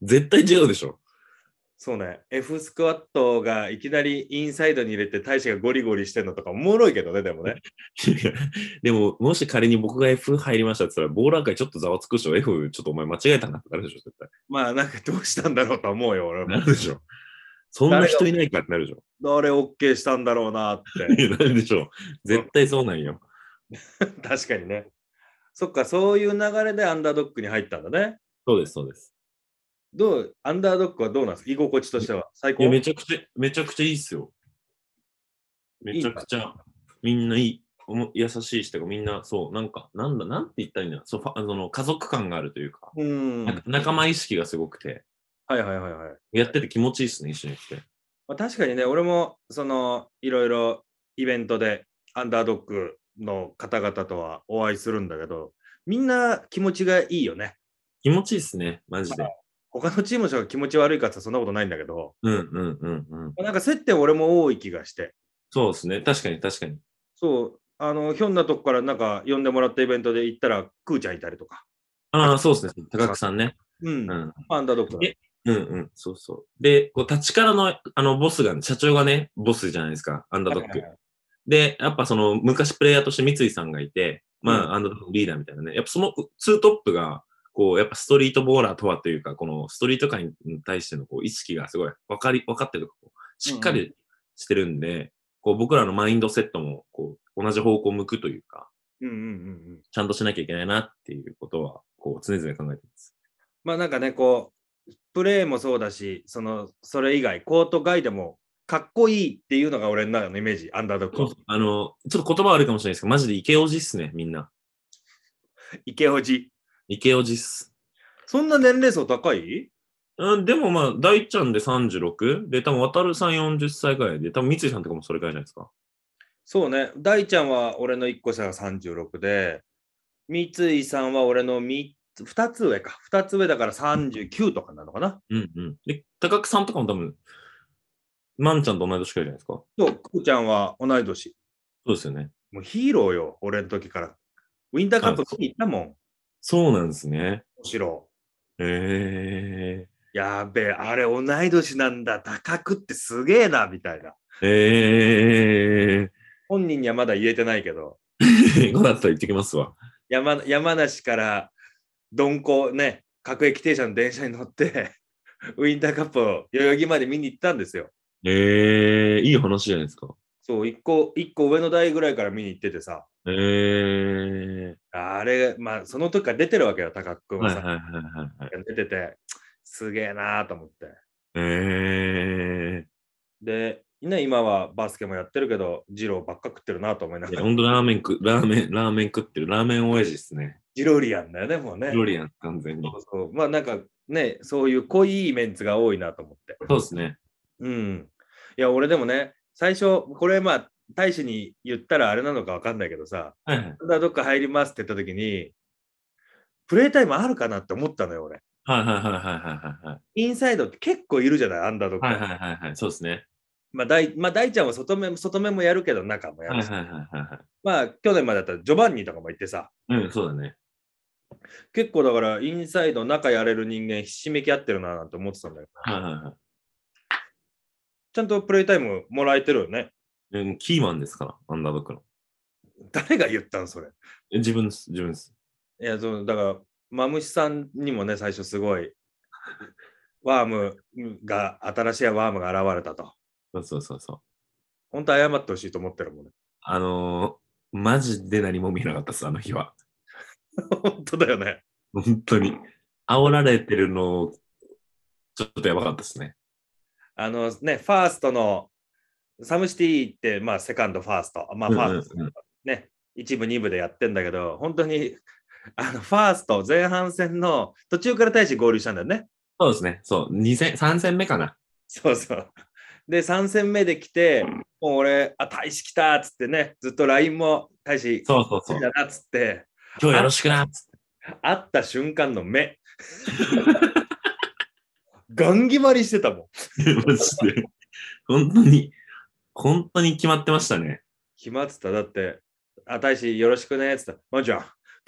Speaker 1: 絶対違うでしょ。
Speaker 2: そうね。F スクワットがいきなりインサイドに入れて大使がゴリゴリしてんのとかおもろいけどね、でもね。
Speaker 1: いや でも、もし仮に僕が F 入りましたって言ったら、ボーラー界ちょっとざわつくでしょ。F ちょっとお前間違えたなってなるでしょ、絶対。
Speaker 2: まあなんかどうしたんだろうと思うよ、俺も
Speaker 1: なるでしょ。そんな人いないかってなるでしょ。
Speaker 2: 誰 OK したんだろうなっ
Speaker 1: い
Speaker 2: て。
Speaker 1: やなるでしょう。絶対そうなんよ。
Speaker 2: 確かにね。そっか、そういう流れでアンダードックに入ったんだね。
Speaker 1: そうです、そうです。
Speaker 2: どう、アンダードックはどうなんですか居心地としては。最
Speaker 1: い
Speaker 2: 高
Speaker 1: や、めちゃくちゃ、めちゃくちゃいいっすよ。めちゃくちゃ、みんないい、おも優しい人がみんな、そう、なんか、なんだ、なんて言ったらいいんだろうそうファあの、家族感があるというか、
Speaker 2: うん。は
Speaker 1: ないんか仲間意識がすごくて、
Speaker 2: はいはいはい。
Speaker 1: やってて気持ちいいっすね、一緒に来て。
Speaker 2: まあ、確かにね、俺もそのいろいろイベントでアンダードッグの方々とはお会いするんだけど、みんな気持ちがいいよね。
Speaker 1: 気持ちいいっすね、マジで。
Speaker 2: 他のチームの人が気持ち悪いかってそんなことないんだけど、
Speaker 1: うんうんうんうん。
Speaker 2: なんか接点俺も多い気がして、
Speaker 1: そうですね、確かに確かに。
Speaker 2: そう、あの、ひょんなとこからなんか呼んでもらったイベントで行ったら、くーちゃんいたりとか、
Speaker 1: ああ、そうですね、高久さんね。
Speaker 2: うん、
Speaker 1: うん。
Speaker 2: アンダードッグの
Speaker 1: えうんうん、そうそう。で、こう、立ちからの、あの、ボスが、社長がね、ボスじゃないですか、アンダードッ
Speaker 2: はい
Speaker 1: グ
Speaker 2: はい。はい
Speaker 1: で、やっぱその昔プレイヤーとして三井さんがいて、まあ、
Speaker 2: うん
Speaker 1: アンダードッグリーダーみたいなね、やっぱそのうツートップが、こう、やっぱストリートボーラーとはというか、このストリート界に対してのこう意識がすごい分かり、分かってるとかこうしっか
Speaker 2: う
Speaker 1: りしてるんで、こう僕らのマインドセットも、こう、同じ方向を向くというか、
Speaker 2: うんうんうんうん。
Speaker 1: ちゃんとしなきゃいけないなっていうことは、こう、常々考えてます。
Speaker 2: まあなんかね、こう、プレーもそうだし、その、それ以外、コート外でも、かっこいいっていうのが俺の中のイメージ、アンダードッグは。
Speaker 1: あの、ちょっと言葉悪いかもしれないですけど、マジでイケオジっすね、みんな。
Speaker 2: イケオジ。
Speaker 1: イケオジっす。
Speaker 2: そんな年齢層高い
Speaker 1: うん、でもまあ、大ちゃんで 36? で、多分渡るさん40歳ぐらいで、多分三井さんとかもそれぐらいじゃないですか。
Speaker 2: そうね。大ちゃんは俺の1個下が36で、三井さんは俺の三つ2つ上か。2つ上だから39とかなのかな。
Speaker 1: うんうん。で、高久さんとかも多分、まんちゃんと同い年くらいじゃないですか。そ
Speaker 2: そう、くーちゃんは同い年。
Speaker 1: うですよね。
Speaker 2: もうヒーローよ、俺の時から。ウィンターカップ
Speaker 1: あそう
Speaker 2: 見に行ったもん、
Speaker 1: そうなんですね。
Speaker 2: むしろ。
Speaker 1: え
Speaker 2: やべえ、あれ同い年なんだ、高くってすげえな、みたいな。
Speaker 1: ー。え
Speaker 2: 本人にはまだ言えてないけど、
Speaker 1: ー。5だったら行 ってきますわ。
Speaker 2: 山山梨から鈍行ね、各駅停車の電車に乗って、 ウィンターカップを代々木まで見に行ったんですよ。
Speaker 1: えー。いい話じゃないですか。
Speaker 2: そう、一個、一個上の台ぐらいから見に行っててさ、
Speaker 1: えー。
Speaker 2: あれ、まあ、その時から出てるわけよ、高くんも
Speaker 1: はい
Speaker 2: さ、
Speaker 1: はいはいはいはい。
Speaker 2: 出てて、すげえなーと思って。
Speaker 1: え
Speaker 2: で、ね、今はバスケもやってるけど、二郎ばっか食ってるなと思いな
Speaker 1: ー。い
Speaker 2: が
Speaker 1: や、
Speaker 2: ら、
Speaker 1: ほんとラーメンく、ラーメン、ラーメン食ってる、ラーメン親父ですね。
Speaker 2: ジロリアンだよね、もうね。
Speaker 1: ロリアン、完全に。
Speaker 2: そうそうまあなんかね、そういう濃いメンツが多いなと思って。
Speaker 1: そうですね。
Speaker 2: うん。いや、俺でもね、最初、これまあ、大使に言ったらあれなのかわかんないけどさ、
Speaker 1: はいはい。
Speaker 2: どっか入りますって言った時に、プレイタイムあるかなって思ったのよ、俺。
Speaker 1: はいはいはいはいはいはい。
Speaker 2: インサイドって結構いるじゃない、アンダードッグ。
Speaker 1: はいはいはいはい。そうですね。
Speaker 2: まあ、大まあ、大ちゃんは外目外目もやるけど、中もや
Speaker 1: はい
Speaker 2: る
Speaker 1: はい
Speaker 2: し。
Speaker 1: はいはい。
Speaker 2: まあ、去年までだったらジョバンニとかも行ってさ、
Speaker 1: うん、そうだね。
Speaker 2: 結構だから、インサイド、中やれる人間、ひしめき合ってるななんて思ってたんだけど、
Speaker 1: はいはいは
Speaker 2: ちゃんとプレイタイムもらえてるよね。
Speaker 1: い。うん、キーマンですから、アンダードックの。
Speaker 2: 誰が言ったん、それ。
Speaker 1: え自分です、自分です。
Speaker 2: いや、そう、だから、マムシさんにもね、最初すご い、ワームが、新しいワームが現れたと。
Speaker 1: そうそうそうそう。
Speaker 2: 本当謝ってほしいと思ってるもんね。
Speaker 1: あのー、マジで何も見えなかったっす、あの日は。
Speaker 2: 本当だよね。
Speaker 1: 本当に。煽られてるの、ちょっとやばかったですね。
Speaker 2: あのね、ファーストの、サムシティって、まあ、セカンド、ファースト、まあ、
Speaker 1: う
Speaker 2: フ
Speaker 1: んうんうん
Speaker 2: ァースト、ね、一部、二部でやってんだけど、本当に、あの、ファースト、前半戦の、途中から大使合流したんだよね。
Speaker 1: そうですね。そう、二戦、3戦目かな。
Speaker 2: そうそう。で、3戦目で来て、もう俺、あ、大使来たっつってね、ずっと LINE も大使、
Speaker 1: そうそうそ
Speaker 2: 好
Speaker 1: う
Speaker 2: き。だなっつって、
Speaker 1: 今日よろしく な。
Speaker 2: 会った瞬間の目。 ガン決まりしてたもん。
Speaker 1: マジで。本当に、本当に決まってましたね。
Speaker 2: 決まってた。だって、あたいしよろしくねっつったら。まんちゃん、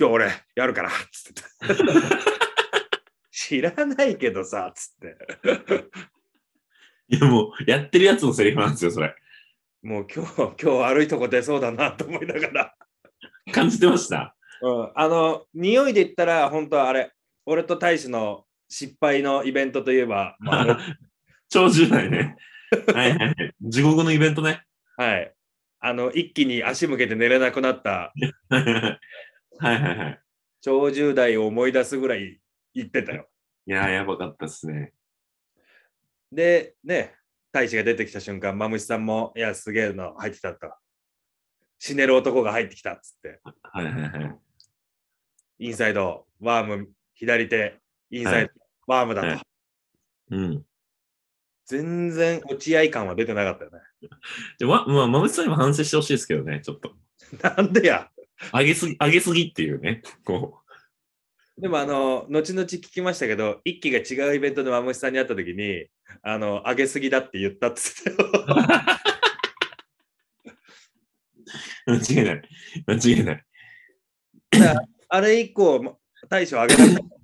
Speaker 2: 今日俺やるからっつってた。知らないけどさ、つって。
Speaker 1: いや、もう、やってるやつのセリフなんですよ、それ。
Speaker 2: もう今日、今日悪いとこ出そうだなと思いながら。
Speaker 1: 感じてました。
Speaker 2: うん、あの、匂いで言ったら、本当はあれ、 俺と大使の失敗のイベントといえば、まあ、
Speaker 1: 超重大ね。はいはいはい。地獄のイベントね。
Speaker 2: はい。あの、一気に足向けて寝れなくなった
Speaker 1: はいはいはいはい。
Speaker 2: 長10代を思い出すぐらい行ってたよ。
Speaker 1: いやー、やばかったっすね。
Speaker 2: で、ね、大使が出てきた瞬間、マムシさんも、いや、すげえの入ってきたと。死ねる男が入ってきたっつって、
Speaker 1: はいはいはい。
Speaker 2: インサイド、ワーム、左手、インサイド、ワームだと。
Speaker 1: はいうん。
Speaker 2: 全然落合感は出てなかったよね。
Speaker 1: で、ま、まあ、まぶさんにも反省してほしいですけどね、ちょっと。
Speaker 2: なんでや。
Speaker 1: 上げすぎ、上げすぎっていうね。こ
Speaker 2: でもあの、後々聞きましたけど、一期が違うイベントでマムシさんに会った時に、あの、上げすぎだって言ったっつって たよ
Speaker 1: う。間違いない。間違いない。
Speaker 2: あれ以降、ま大将上げなかった。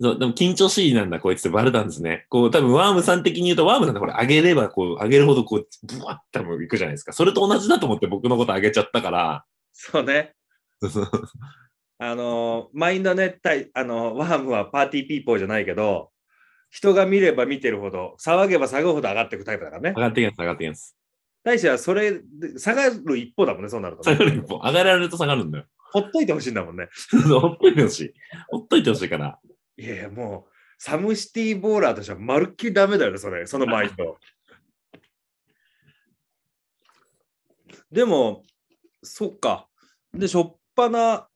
Speaker 1: そう、でも緊張しいなんだ、こいつってバレたんですね。こう、多分ワームさん的に言うと、ワームさんってこれ上げれば、こう、上げるほど、こう、ブワッ多分いくじゃないですか。それと同じだと思って僕のこと上げちゃったから。
Speaker 2: そうね。
Speaker 1: そうそう
Speaker 2: あの、マインドね、たいあの、ワームはパーティーピーポーじゃないけど、人が見れば見てるほど、騒げば騒ぐほど上がっていくタイプだからね
Speaker 1: 上。がってきます、上がってきます。
Speaker 2: 大使はそれ、で下がる一方だもんね、そうなると、
Speaker 1: 下がる
Speaker 2: ね。
Speaker 1: 一方。上がられると下がるんだよ。
Speaker 2: ほっといてほしいんだもんね。
Speaker 1: そうほっといてほしい。ほっといてほしいから。
Speaker 2: いやいや、もう、サムシティボーラーとしてはまるっきりダメだよね、それ、そのマインド。 でも、そっか。で、しょっぱな、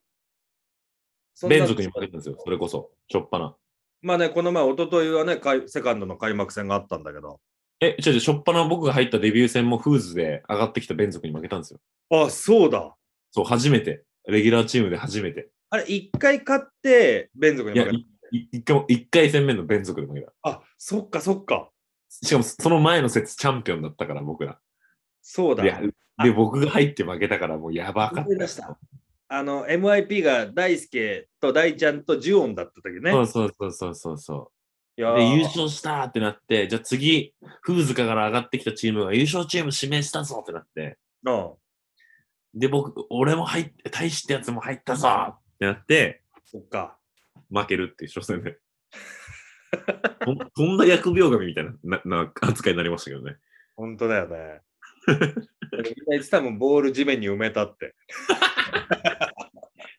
Speaker 2: そんな
Speaker 1: 連続に負けたんですよ、それこそ。しょっぱな。
Speaker 2: まあね、この前、一昨日はね、かいセカンドの開幕戦があったんだけど、
Speaker 1: え、違う違う、しょっぱな僕が入ったデビュー戦もフーズで上がってきたベン族に負けたんですよ。
Speaker 2: あ、そうだ。
Speaker 1: そう、初めて。レギュラーチームで初めて。
Speaker 2: あれ、一回勝って、連続
Speaker 1: い
Speaker 2: に負け
Speaker 1: や、
Speaker 2: た。
Speaker 1: いい一回も、一回戦目のベン族で負けた。
Speaker 2: あ、そっか、そっか。
Speaker 1: しかも、その前の節チャンピオンだったから、僕ら。
Speaker 2: そうだ。
Speaker 1: で、で僕が入って負けたから、もうやばかっ
Speaker 2: 思い
Speaker 1: た。
Speaker 2: 出したあの、MIP が大輔と大ちゃんとジュオンだった時ね。
Speaker 1: そうそうそうそうそうそう。
Speaker 2: いやー
Speaker 1: で、優勝したってなって、じゃあ次、フーズカから上がってきたチームが優勝チーム指名したぞってなって、
Speaker 2: うん
Speaker 1: で、僕、俺も入って、大してやつも入ったぞってなって、
Speaker 2: そっか。
Speaker 1: 負けるっていう初戦 で。とんとんだ疫病神みたいななな扱いになりましたけどね。
Speaker 2: 本当だよね。みんな言ってたもん、ボール地面に埋めたって。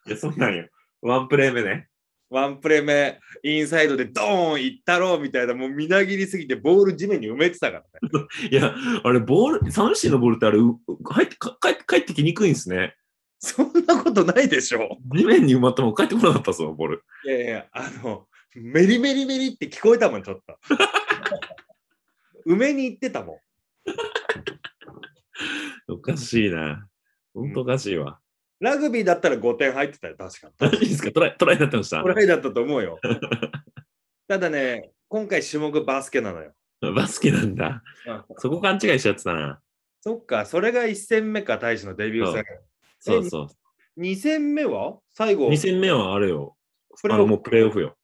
Speaker 1: いや、そうなんよ。ワンプレー目ね。
Speaker 2: ワンプレー目、インサイドでドーン行ったろうみたいな、もうみなぎりすぎてボール地面に埋めてたからね。
Speaker 1: いや、あれ、ボール、サムシーのボールってあれ、う入って、か帰って、帰ってきにくいんですね。
Speaker 2: そんなことないでしょ。
Speaker 1: 地面に埋まっても帰ってこなかったぞ、ボール。
Speaker 2: いやいや、あの、メリメリメリって聞こえたもん、ちょっと。埋めに行ってたもん。
Speaker 1: おかしいな。ほんとおかしいわ。
Speaker 2: ラグビーだったら5点入ってたよ、確か。
Speaker 1: マジですかトライ、トライになってました
Speaker 2: これだったと思うよ。ただね、今回種目バスケなのよ。
Speaker 1: バスケなんだ。そこ勘違いしちゃってたな。
Speaker 2: そっか、それが1戦目か、大使のデビュー戦。
Speaker 1: そうそう。
Speaker 2: 2戦目は最後、
Speaker 1: 2戦目はあれよ。
Speaker 2: プレ
Speaker 1: あ
Speaker 2: ーオ
Speaker 1: の、
Speaker 2: フ
Speaker 1: もうプレイオフよ。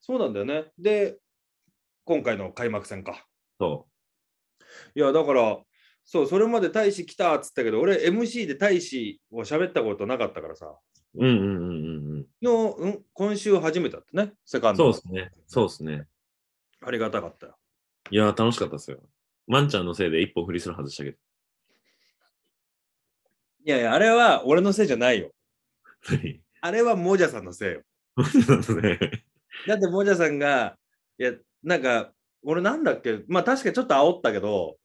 Speaker 2: そうなんだよね。で、今回の開幕戦か。
Speaker 1: そ
Speaker 2: いや、だから、そう、それまで大使来たっつったけど、俺、MC で大使を喋ったことなかったからさ、
Speaker 1: う。うんうんうんうん
Speaker 2: の、うん、今週初めてだったね、セカ
Speaker 1: う
Speaker 2: ン
Speaker 1: ん。
Speaker 2: ド
Speaker 1: そう
Speaker 2: が。
Speaker 1: ですね。そうですね。
Speaker 2: ありがたかったよ。
Speaker 1: いやー、楽しかったですよ。マンちゃんのせいで一本フリースロー外したけど。
Speaker 2: いやいや、あれは俺のせいじゃないよ。
Speaker 1: 何
Speaker 2: あれはモジャさんのせいよ。
Speaker 1: そうです ね。
Speaker 2: だって、もじゃさんが、いや、なんか、俺なんだっけ、まあ確かちょっと煽ったけど、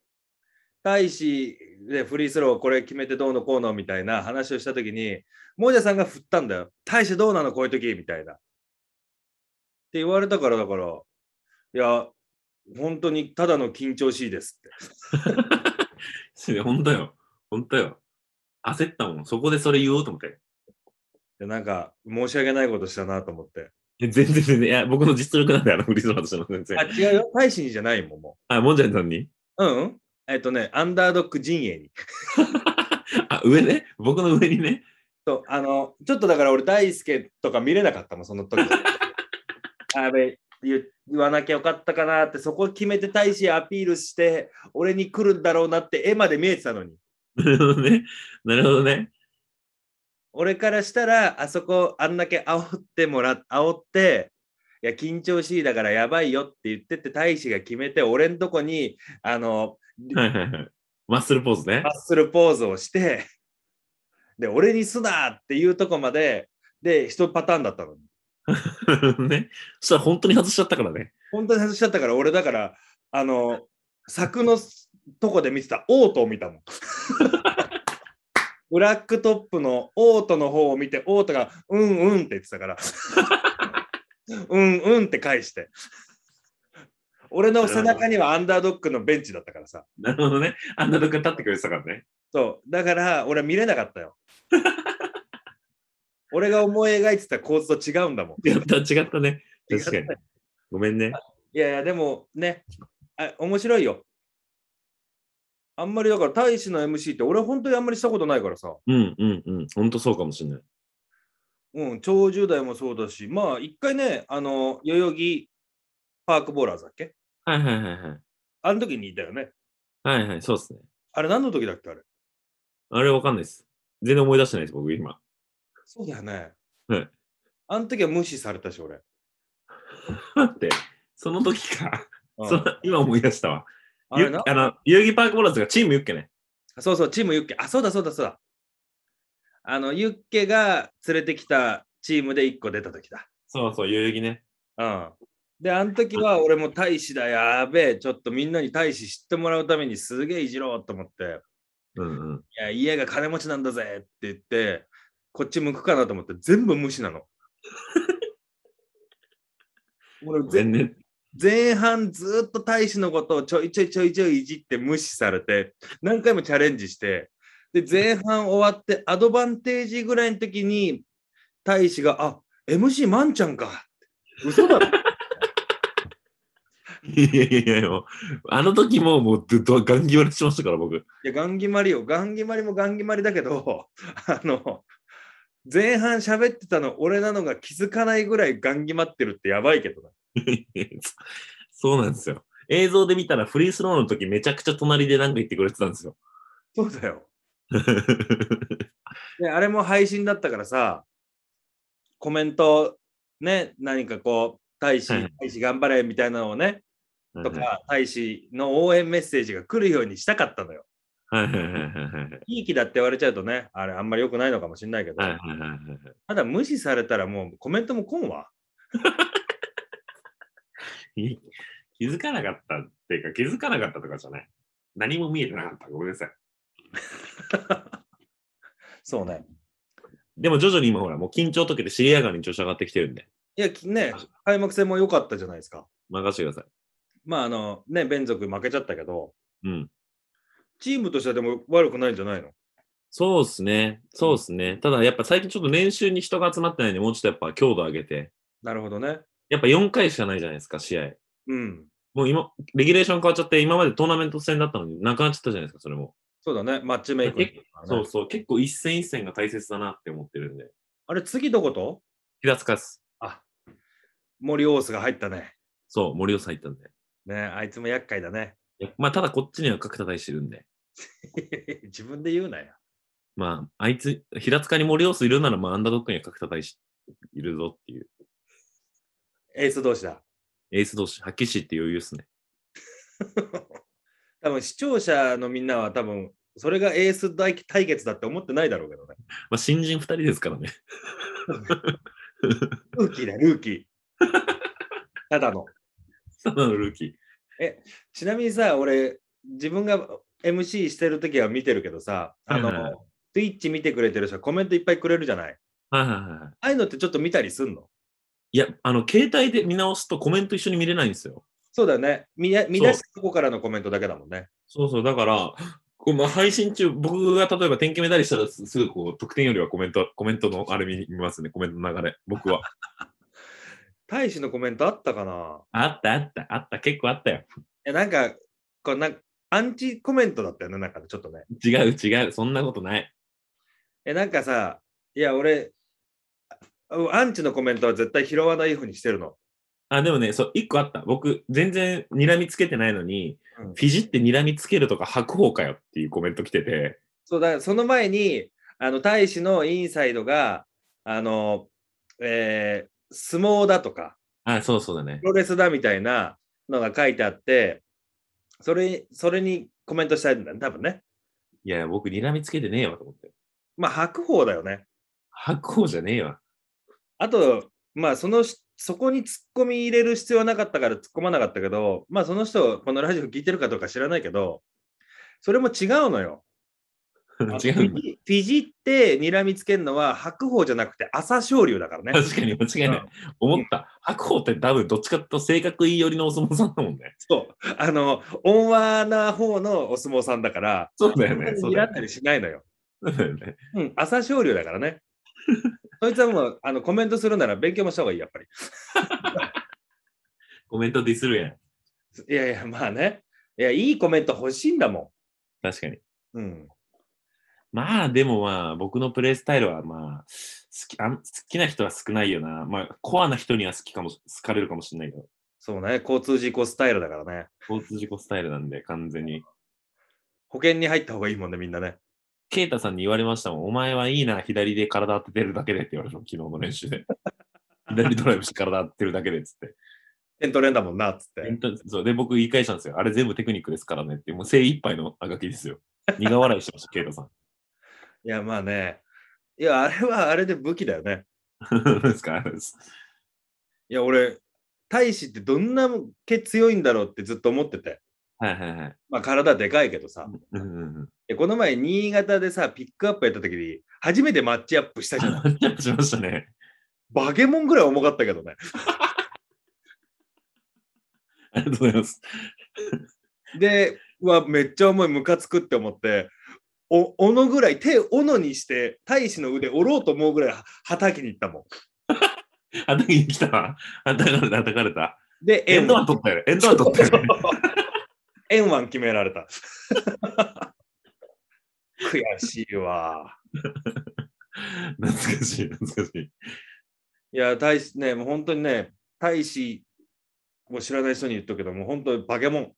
Speaker 2: 大使でフリースローこれ決めてどうのこうのみたいな話をしたときに、もじゃさんが振ったんだよ。大使どうなのこういうときみたいな。って言われたからだから、いや、本当にただの緊張しいですって。
Speaker 1: ほんとよ。ほんとよ。焦ったもん。そこでそれ言おうと思って。
Speaker 2: でなんか、申し訳ないことしたなと思って。
Speaker 1: え全然全然。いや、僕の実力なんだよ、あのフリースロー外したの全
Speaker 2: あ、
Speaker 1: 然。
Speaker 2: 違うよ。大使にじゃないもん、も
Speaker 1: あ、もんちゃんさんに
Speaker 2: う。うん、うん。えっとね、アンダードック陣営に。
Speaker 1: あ、上ね僕の上にね。
Speaker 2: そう、あの、ちょっとだから俺、大輔とか見れなかったもん、その時。あやべえ言、言わなきゃよかったかなって、そこ決めて大使アピールして、俺に来るんだろうなって、絵まで見えてたのに。
Speaker 1: なるほどね。なるほどね。
Speaker 2: 俺からしたら、あそこ、あんだけ煽ってもら、煽って、いや、緊張しいだからやばいよって言ってって、大使が決めて、俺んとこに、あの、
Speaker 1: はいはいはい。マッスルポーズね
Speaker 2: マ。ッスルポーズをして、で、俺にすなっていうとこまで、で、一パターンだったの。
Speaker 1: ね。そしたら本当に外しちゃったからね。
Speaker 2: 本当に外しちゃったから、俺だから、あの、柵のとこで見てたオートを見たもん。ブラックトップのオートの方を見て、オートが、うんうんって言ってたから、うんうんって返して。俺の背中にはアンダードッグのベンチだったからさ。
Speaker 1: なるほどね。あんなとこ立ってくれてたからね。
Speaker 2: そう。だから、俺は見れなかったよ。 俺が思い描いてた構図と違うんだもん。
Speaker 1: やった、違ったね。
Speaker 2: 違っ
Speaker 1: 確
Speaker 2: た
Speaker 1: かに。ごめんね。
Speaker 2: いやいや、でもね、あ面白いよ。あんまりだから、大使の MC って俺本当にあんまりしたことないからさ、
Speaker 1: うんうんうん。本当そうかもしれない。
Speaker 2: うん、超10代もそうだし、まあ一回ね、あの、代々木パークボーラーズだっけ
Speaker 1: はいはいはいはい。
Speaker 2: あの時にいたよね。
Speaker 1: はいはい、そうですね。
Speaker 2: あれ何の時だっけあれ。
Speaker 1: あれわかんないです。全然思い出してないです、僕今。
Speaker 2: そうだよね。
Speaker 1: はい。
Speaker 2: あの時は無視されたし、俺。
Speaker 1: 待って、その時か。
Speaker 2: うん
Speaker 1: その今思い出したわ。
Speaker 2: あ
Speaker 1: ゆ
Speaker 2: れな
Speaker 1: あの、代々木パークボーラーズがチームユッケね。
Speaker 2: そうそう、チームユッケ。あ、そうだそうだそうだ。あの、ユッケが連れてきたチームで1個出た時だ。
Speaker 1: そうそう、代々木ね。
Speaker 2: うん。で、あの時は俺も大使だ、やべえ、ちょっとみんなに大使知ってもらうためにすげえいじろうと思って、
Speaker 1: うんうん。
Speaker 2: いや、家が金持ちなんだぜって言って、こっち向くかなと思って、全部無視なの。俺ぜ
Speaker 1: 全然。
Speaker 2: 前半ずっと大使のことをちょいちょいちょいちょいいじって無視されて、何回もチャレンジして、で、前半終わって、アドバンテージぐらいの時に、大使が、あ、MC マンちゃんか。嘘だろ
Speaker 1: いやいやいやいや、もうあの時ももうずっとガンギ割れしましたから、僕。
Speaker 2: いや、ガンギマリよ。ガンギマリもガンギマリだけど、あの、前半喋ってたの、俺なのが気づかないぐらいガンギマってるってやばいけどな。
Speaker 1: そうなんですよ。映像で見たらフリースローの時めちゃくちゃ隣で何か言ってくれてたんですよ。
Speaker 2: そうだよ。で、あれも配信だったからさ、コメント、ね、何かこう、大使
Speaker 1: はいはい、
Speaker 2: 大使頑張れみたいなのをね、と
Speaker 1: はい
Speaker 2: か、大使の応援メッセージが来るようにしたかったのよ。
Speaker 1: はいはいはいはい
Speaker 2: いい気だって言われちゃうとね、あれあんまり良くないのかもしれないけど、
Speaker 1: はいはいはいはい。
Speaker 2: ただ無視されたらもうコメントも来んわ。
Speaker 1: い気づかなかったっていうか、気づかなかったとかじゃない。何も見えてなかった。ごめんなさい。
Speaker 2: そうね。
Speaker 1: でも徐々に今ほら、もう緊張解けて尻上がりに調子上がってきてるんで、
Speaker 2: いや、きね、開幕戦も良かったじゃないですか。
Speaker 1: 任せてください。
Speaker 2: まあ、あの、ね、ベンゾク負けちゃったけど、
Speaker 1: うん。
Speaker 2: チームとしてはでも悪くないんじゃないの
Speaker 1: そうですね。そうですね。ただやっぱ最近ちょっと練習に人が集まってないんで、もうちょっとやっぱ強度上げて、
Speaker 2: なるほどね。
Speaker 1: やっぱ4回しかないじゃないですか、試合。
Speaker 2: うん。
Speaker 1: もう今、レギュレーション変わっちゃって、今までトーナメント戦だったのになくなっちゃったじゃないですか、それも。
Speaker 2: そうだね。マッチメイク、
Speaker 1: そう。そう、結構一戦一戦が大切だなって思ってるんで。
Speaker 2: あれ、次どこと
Speaker 1: 平塚です。
Speaker 2: あ、森オースが入ったね。
Speaker 1: そう、森吉入ったんで。
Speaker 2: ね、あいつも厄介だね。
Speaker 1: いやまあ、ただこっちには角田大してるんで。
Speaker 2: 自分で言うなよ。
Speaker 1: まあ、あいつ、平塚に森吉いるなら、まあ、アンダードックには角田大しいるぞっていう。
Speaker 2: エース同士だ。
Speaker 1: エース同士、発揮しって余裕ですね。
Speaker 2: 多分視聴者のみんなは多分、それがエース対対決だって思ってないだろうけどね。
Speaker 1: まあ、新人2人ですからね。
Speaker 2: ルーキーだ、ルーキー。 ただの。
Speaker 1: ただのルーキー。
Speaker 2: ちなみにさ、俺、自分が MC してる時は見てるけどさ、あ
Speaker 1: はいはいはい
Speaker 2: の、Twitch 見てくれてる人はコメントいっぱいくれるじゃない。
Speaker 1: はいはいはいはい。
Speaker 2: ああいうのってちょっと見たりすんの
Speaker 1: いや、あの、携帯で見直すとコメント一緒に見れないんですよ。
Speaker 2: そうだよね。見や見出したとこからのコメントだけだもんね。
Speaker 1: そうそう、だから、こうまあ、配信中、僕が例えば点決めたりしたらすすぐこう、得点よりはコメント、コメントのあれ見見ますね、コメントの流れ、僕は。
Speaker 2: 大使のコメントあったかな
Speaker 1: あったあった、あった、結構あったよ。
Speaker 2: いや、なんか、こうなんアンチコメントだったよね、なんかちょっとね。
Speaker 1: 違う違う、そんなことない。
Speaker 2: え、なんかさ、いや、俺、あアンチのコメントは絶対拾わないようにしてるの。
Speaker 1: あ、でもね、そう、一個あった。僕、全然睨みつけてないのに、
Speaker 2: うん
Speaker 1: フィジって睨みつけるとか白鵬かよっていうコメント来てて、
Speaker 2: そうだ、その前に、あの、大使のインサイドが、あの、えー相撲だとか、
Speaker 1: あ、そうそうだね
Speaker 2: プ。ロレスだみたいなのが書いてあって、それ、それにコメントしたいんだね、多分ね。
Speaker 1: いや、僕、睨みつけてねえわと思って。
Speaker 2: まあ、白鵬だよね。
Speaker 1: 白鵬じゃねえわ。
Speaker 2: あと、まあ、そのし、そこに突っ込み入れる必要はなかったから突っ込まなかったけど、まあ、その人、このラジオ聞いてるかどうか知らないけど、それも違うのよ。あの
Speaker 1: 違うん
Speaker 2: フ
Speaker 1: だ。
Speaker 2: ィジフィジって睨みつけるのは白鵬じゃなくて朝青龍だからね。
Speaker 1: 確かに間違いない。思った。白鵬って多分どっちかと性格いいよりのお相撲さんだもんね。
Speaker 2: そう。あの、温和な方のお相撲さんだから、
Speaker 1: そうだ
Speaker 2: そ
Speaker 1: よ
Speaker 2: んな
Speaker 1: ね。
Speaker 2: に
Speaker 1: そう
Speaker 2: 睨
Speaker 1: だよ
Speaker 2: ん
Speaker 1: ね
Speaker 2: だりしないのよ。
Speaker 1: そうだよね。
Speaker 2: うん、朝青龍だからね。そいつはもうあのコメントするなら勉強もした方がいい、やっぱり。
Speaker 1: コメントディスるやん。
Speaker 2: いやいや、まあね。いや、いいコメント欲しいんだも
Speaker 1: 確かに。
Speaker 2: ん。うん。
Speaker 1: まあでもまあ僕のプレイスタイルはまあ好きあん好きな人は少ないよな。まあコアな人には好きかもし好かれるかもしれないけど、
Speaker 2: そうね。交通事故スタイルだからね。
Speaker 1: 交通事故スタイルなんで完全に。
Speaker 2: 保険に入った方がいいもんね、みんなね。
Speaker 1: ケイタさんに言われましたもん、お前はいいな、左で体当ててるだけでって言われたの、昨日の練習 で。左ドライブして体当ててるだけでっつって。
Speaker 2: 点取れんだもんな、つって
Speaker 1: 本。当にそうで、僕言い返したんですよ。あれ全部テクニックですからねって、もう精一杯のあがきですよ。苦笑いしてました、ケイタさん。
Speaker 2: いや、まあね。いや、あれはあれで武器だよね。
Speaker 1: ですかあれです
Speaker 2: いや、俺、大使ってどんなけ強いんだろうってずっと思ってて。
Speaker 1: はいはいはい。
Speaker 2: まあ、体でかいけどさ。
Speaker 1: うんうんうん。
Speaker 2: でこの前、新潟でさ、ピックアップやった時に、初めてマッチアップしたじゃない。
Speaker 1: キャップしましたね。
Speaker 2: バケモンぐらい重かったけどね。
Speaker 1: ありがとうございます。
Speaker 2: で、うわ、めっちゃ重い、ムカつくって思って、お、斧ぐらい、手、斧にして、大使の腕折ろうと思うぐらいは、はたきに行ったも
Speaker 1: あたきに来たわ。あたかれた、あたかれた。
Speaker 2: ん。で、
Speaker 1: エンドワン取ったよね。エンドワン取ったよね。
Speaker 2: 円腕決めら れた。悔しいわ。
Speaker 1: 懐かしい、懐かしい。
Speaker 2: いや、大使ね、もう本当にね、大使も知らない人に言っとくけど、もう本当にバケモン。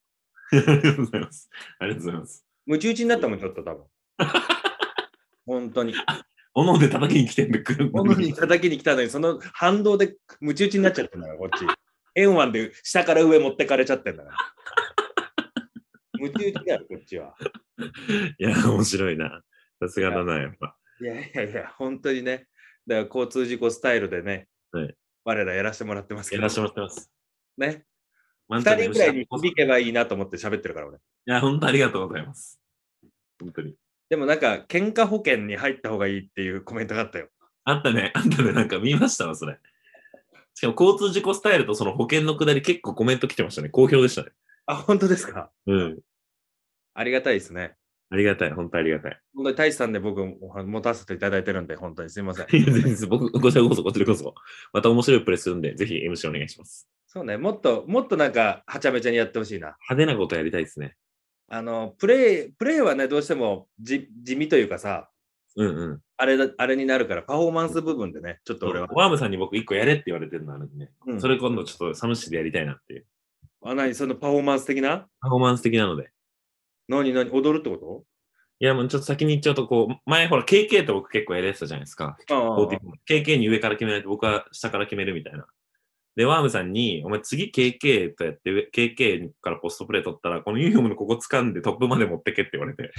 Speaker 1: ありがとうございます。ありがとうございます。
Speaker 2: ムチ打ちになったもん、ちょっと多 分。本当に。
Speaker 1: 斧で叩きに来てんで、くるん
Speaker 2: 物に叩きに来たのに、その反動でムチ打ちになっちゃったんだから、こっち。円腕で下から上持ってかれちゃってんだから。ムチ打ちだよ、こっちは。
Speaker 1: いや、面白いな。さすがだな、やっぱ。
Speaker 2: いやいやいや、本当にね。だから交通事故スタイルでね、
Speaker 1: はい
Speaker 2: 我らやらせてもらってますけ
Speaker 1: や
Speaker 2: ど
Speaker 1: ら、してもらってます。
Speaker 2: ね。
Speaker 1: ワ
Speaker 2: 2
Speaker 1: ンちゃんの
Speaker 2: 人ぐらいに
Speaker 1: い
Speaker 2: 響けばいいなと思って喋ってるから、俺。
Speaker 1: や、本当ありがとうございます。本当に。
Speaker 2: でもなんか、喧嘩保険に入った方がいいっていうコメントがあったよ。
Speaker 1: あったね、あったね、なんか見ましたわ、それ。しかも交通事故スタイルとその保険のくだり結構コメント来てましたね。好評でしたね。
Speaker 2: あ、本当ですか
Speaker 1: うん。
Speaker 2: ありがたいですね。
Speaker 1: ありがたい、本当ありがたい。
Speaker 2: 本当に大志さんで僕お持たせていただいてるんで、本当にすいません。
Speaker 1: いや全然です僕、こちらこそ、こちらこそ。また面白いプレスするんで、ぜひ MC お願いします。
Speaker 2: そうね、もっと、もっとなんか、はちゃめちゃにやってほしいな。
Speaker 1: 派手なことやりたいですね。
Speaker 2: あの、プレイ、プレイはね、どうしてもじ地味というかさ、
Speaker 1: うんうん。
Speaker 2: あれだ、あれになるから、パフォーマンス部分でね、ちょっと俺は。
Speaker 1: ワームさんに僕一個やれって言われてるのあるんでね。
Speaker 2: うん
Speaker 1: それ今度ちょっとサムシでやりたいなっていう。
Speaker 2: あ、何、そのパフォーマンス的な
Speaker 1: パフォーマンス的なので。
Speaker 2: 何、何、踊るってこ
Speaker 1: いや、もうちょっと先に言っちゃうと、こう、前ほら、KK と僕結構やれてたじゃないですか。
Speaker 2: とああ
Speaker 1: KK に上から決めないと僕は下から決めるみたいな。で、ワームさんに、お前次 KK とやって上、KK からポストプレー取ったら、このユニフォームのここ掴んでトップまで持ってけって言われて。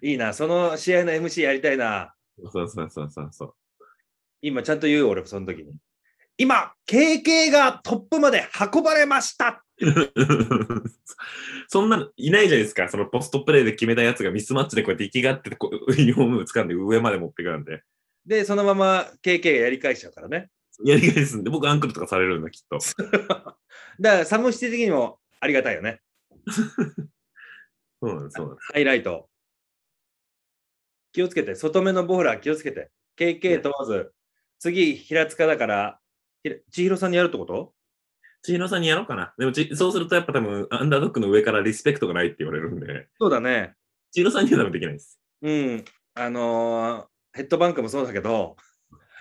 Speaker 2: いいな、その試合の MC やりたいな。
Speaker 1: そうそうそうそうそう。
Speaker 2: 今、ちゃんと言うよ、俺、その時に。今、KK がトップまで運ばれました
Speaker 1: そんなのいないじゃないですか。そのポストプレイで決めたやつがミスマッチでこうやって行きがってこう、ユ ニフォーム掴んで上まで持ってくなんて。
Speaker 2: で、そのまま KK がやり返しちゃうからね。
Speaker 1: やり返すんで、僕アンクルとかされるんだ、きっと。
Speaker 2: だから、サムシティ的にもありがたいよね。
Speaker 1: そうなんです、そうなんです。
Speaker 2: ハイライト。気をつけて、外目のボーラー気をつけて。KK 問わず、次、平塚だから、ひら千尋さんにやるってこと
Speaker 1: 千尋さんにやろうかな。でもち、そうするとやっぱ多分、アンダードックの上からリスペクトがないって言われるんで、
Speaker 2: そうだね。
Speaker 1: 千尋さんには多分できないです。
Speaker 2: うん。あのーヘッドバンクもそうだけど、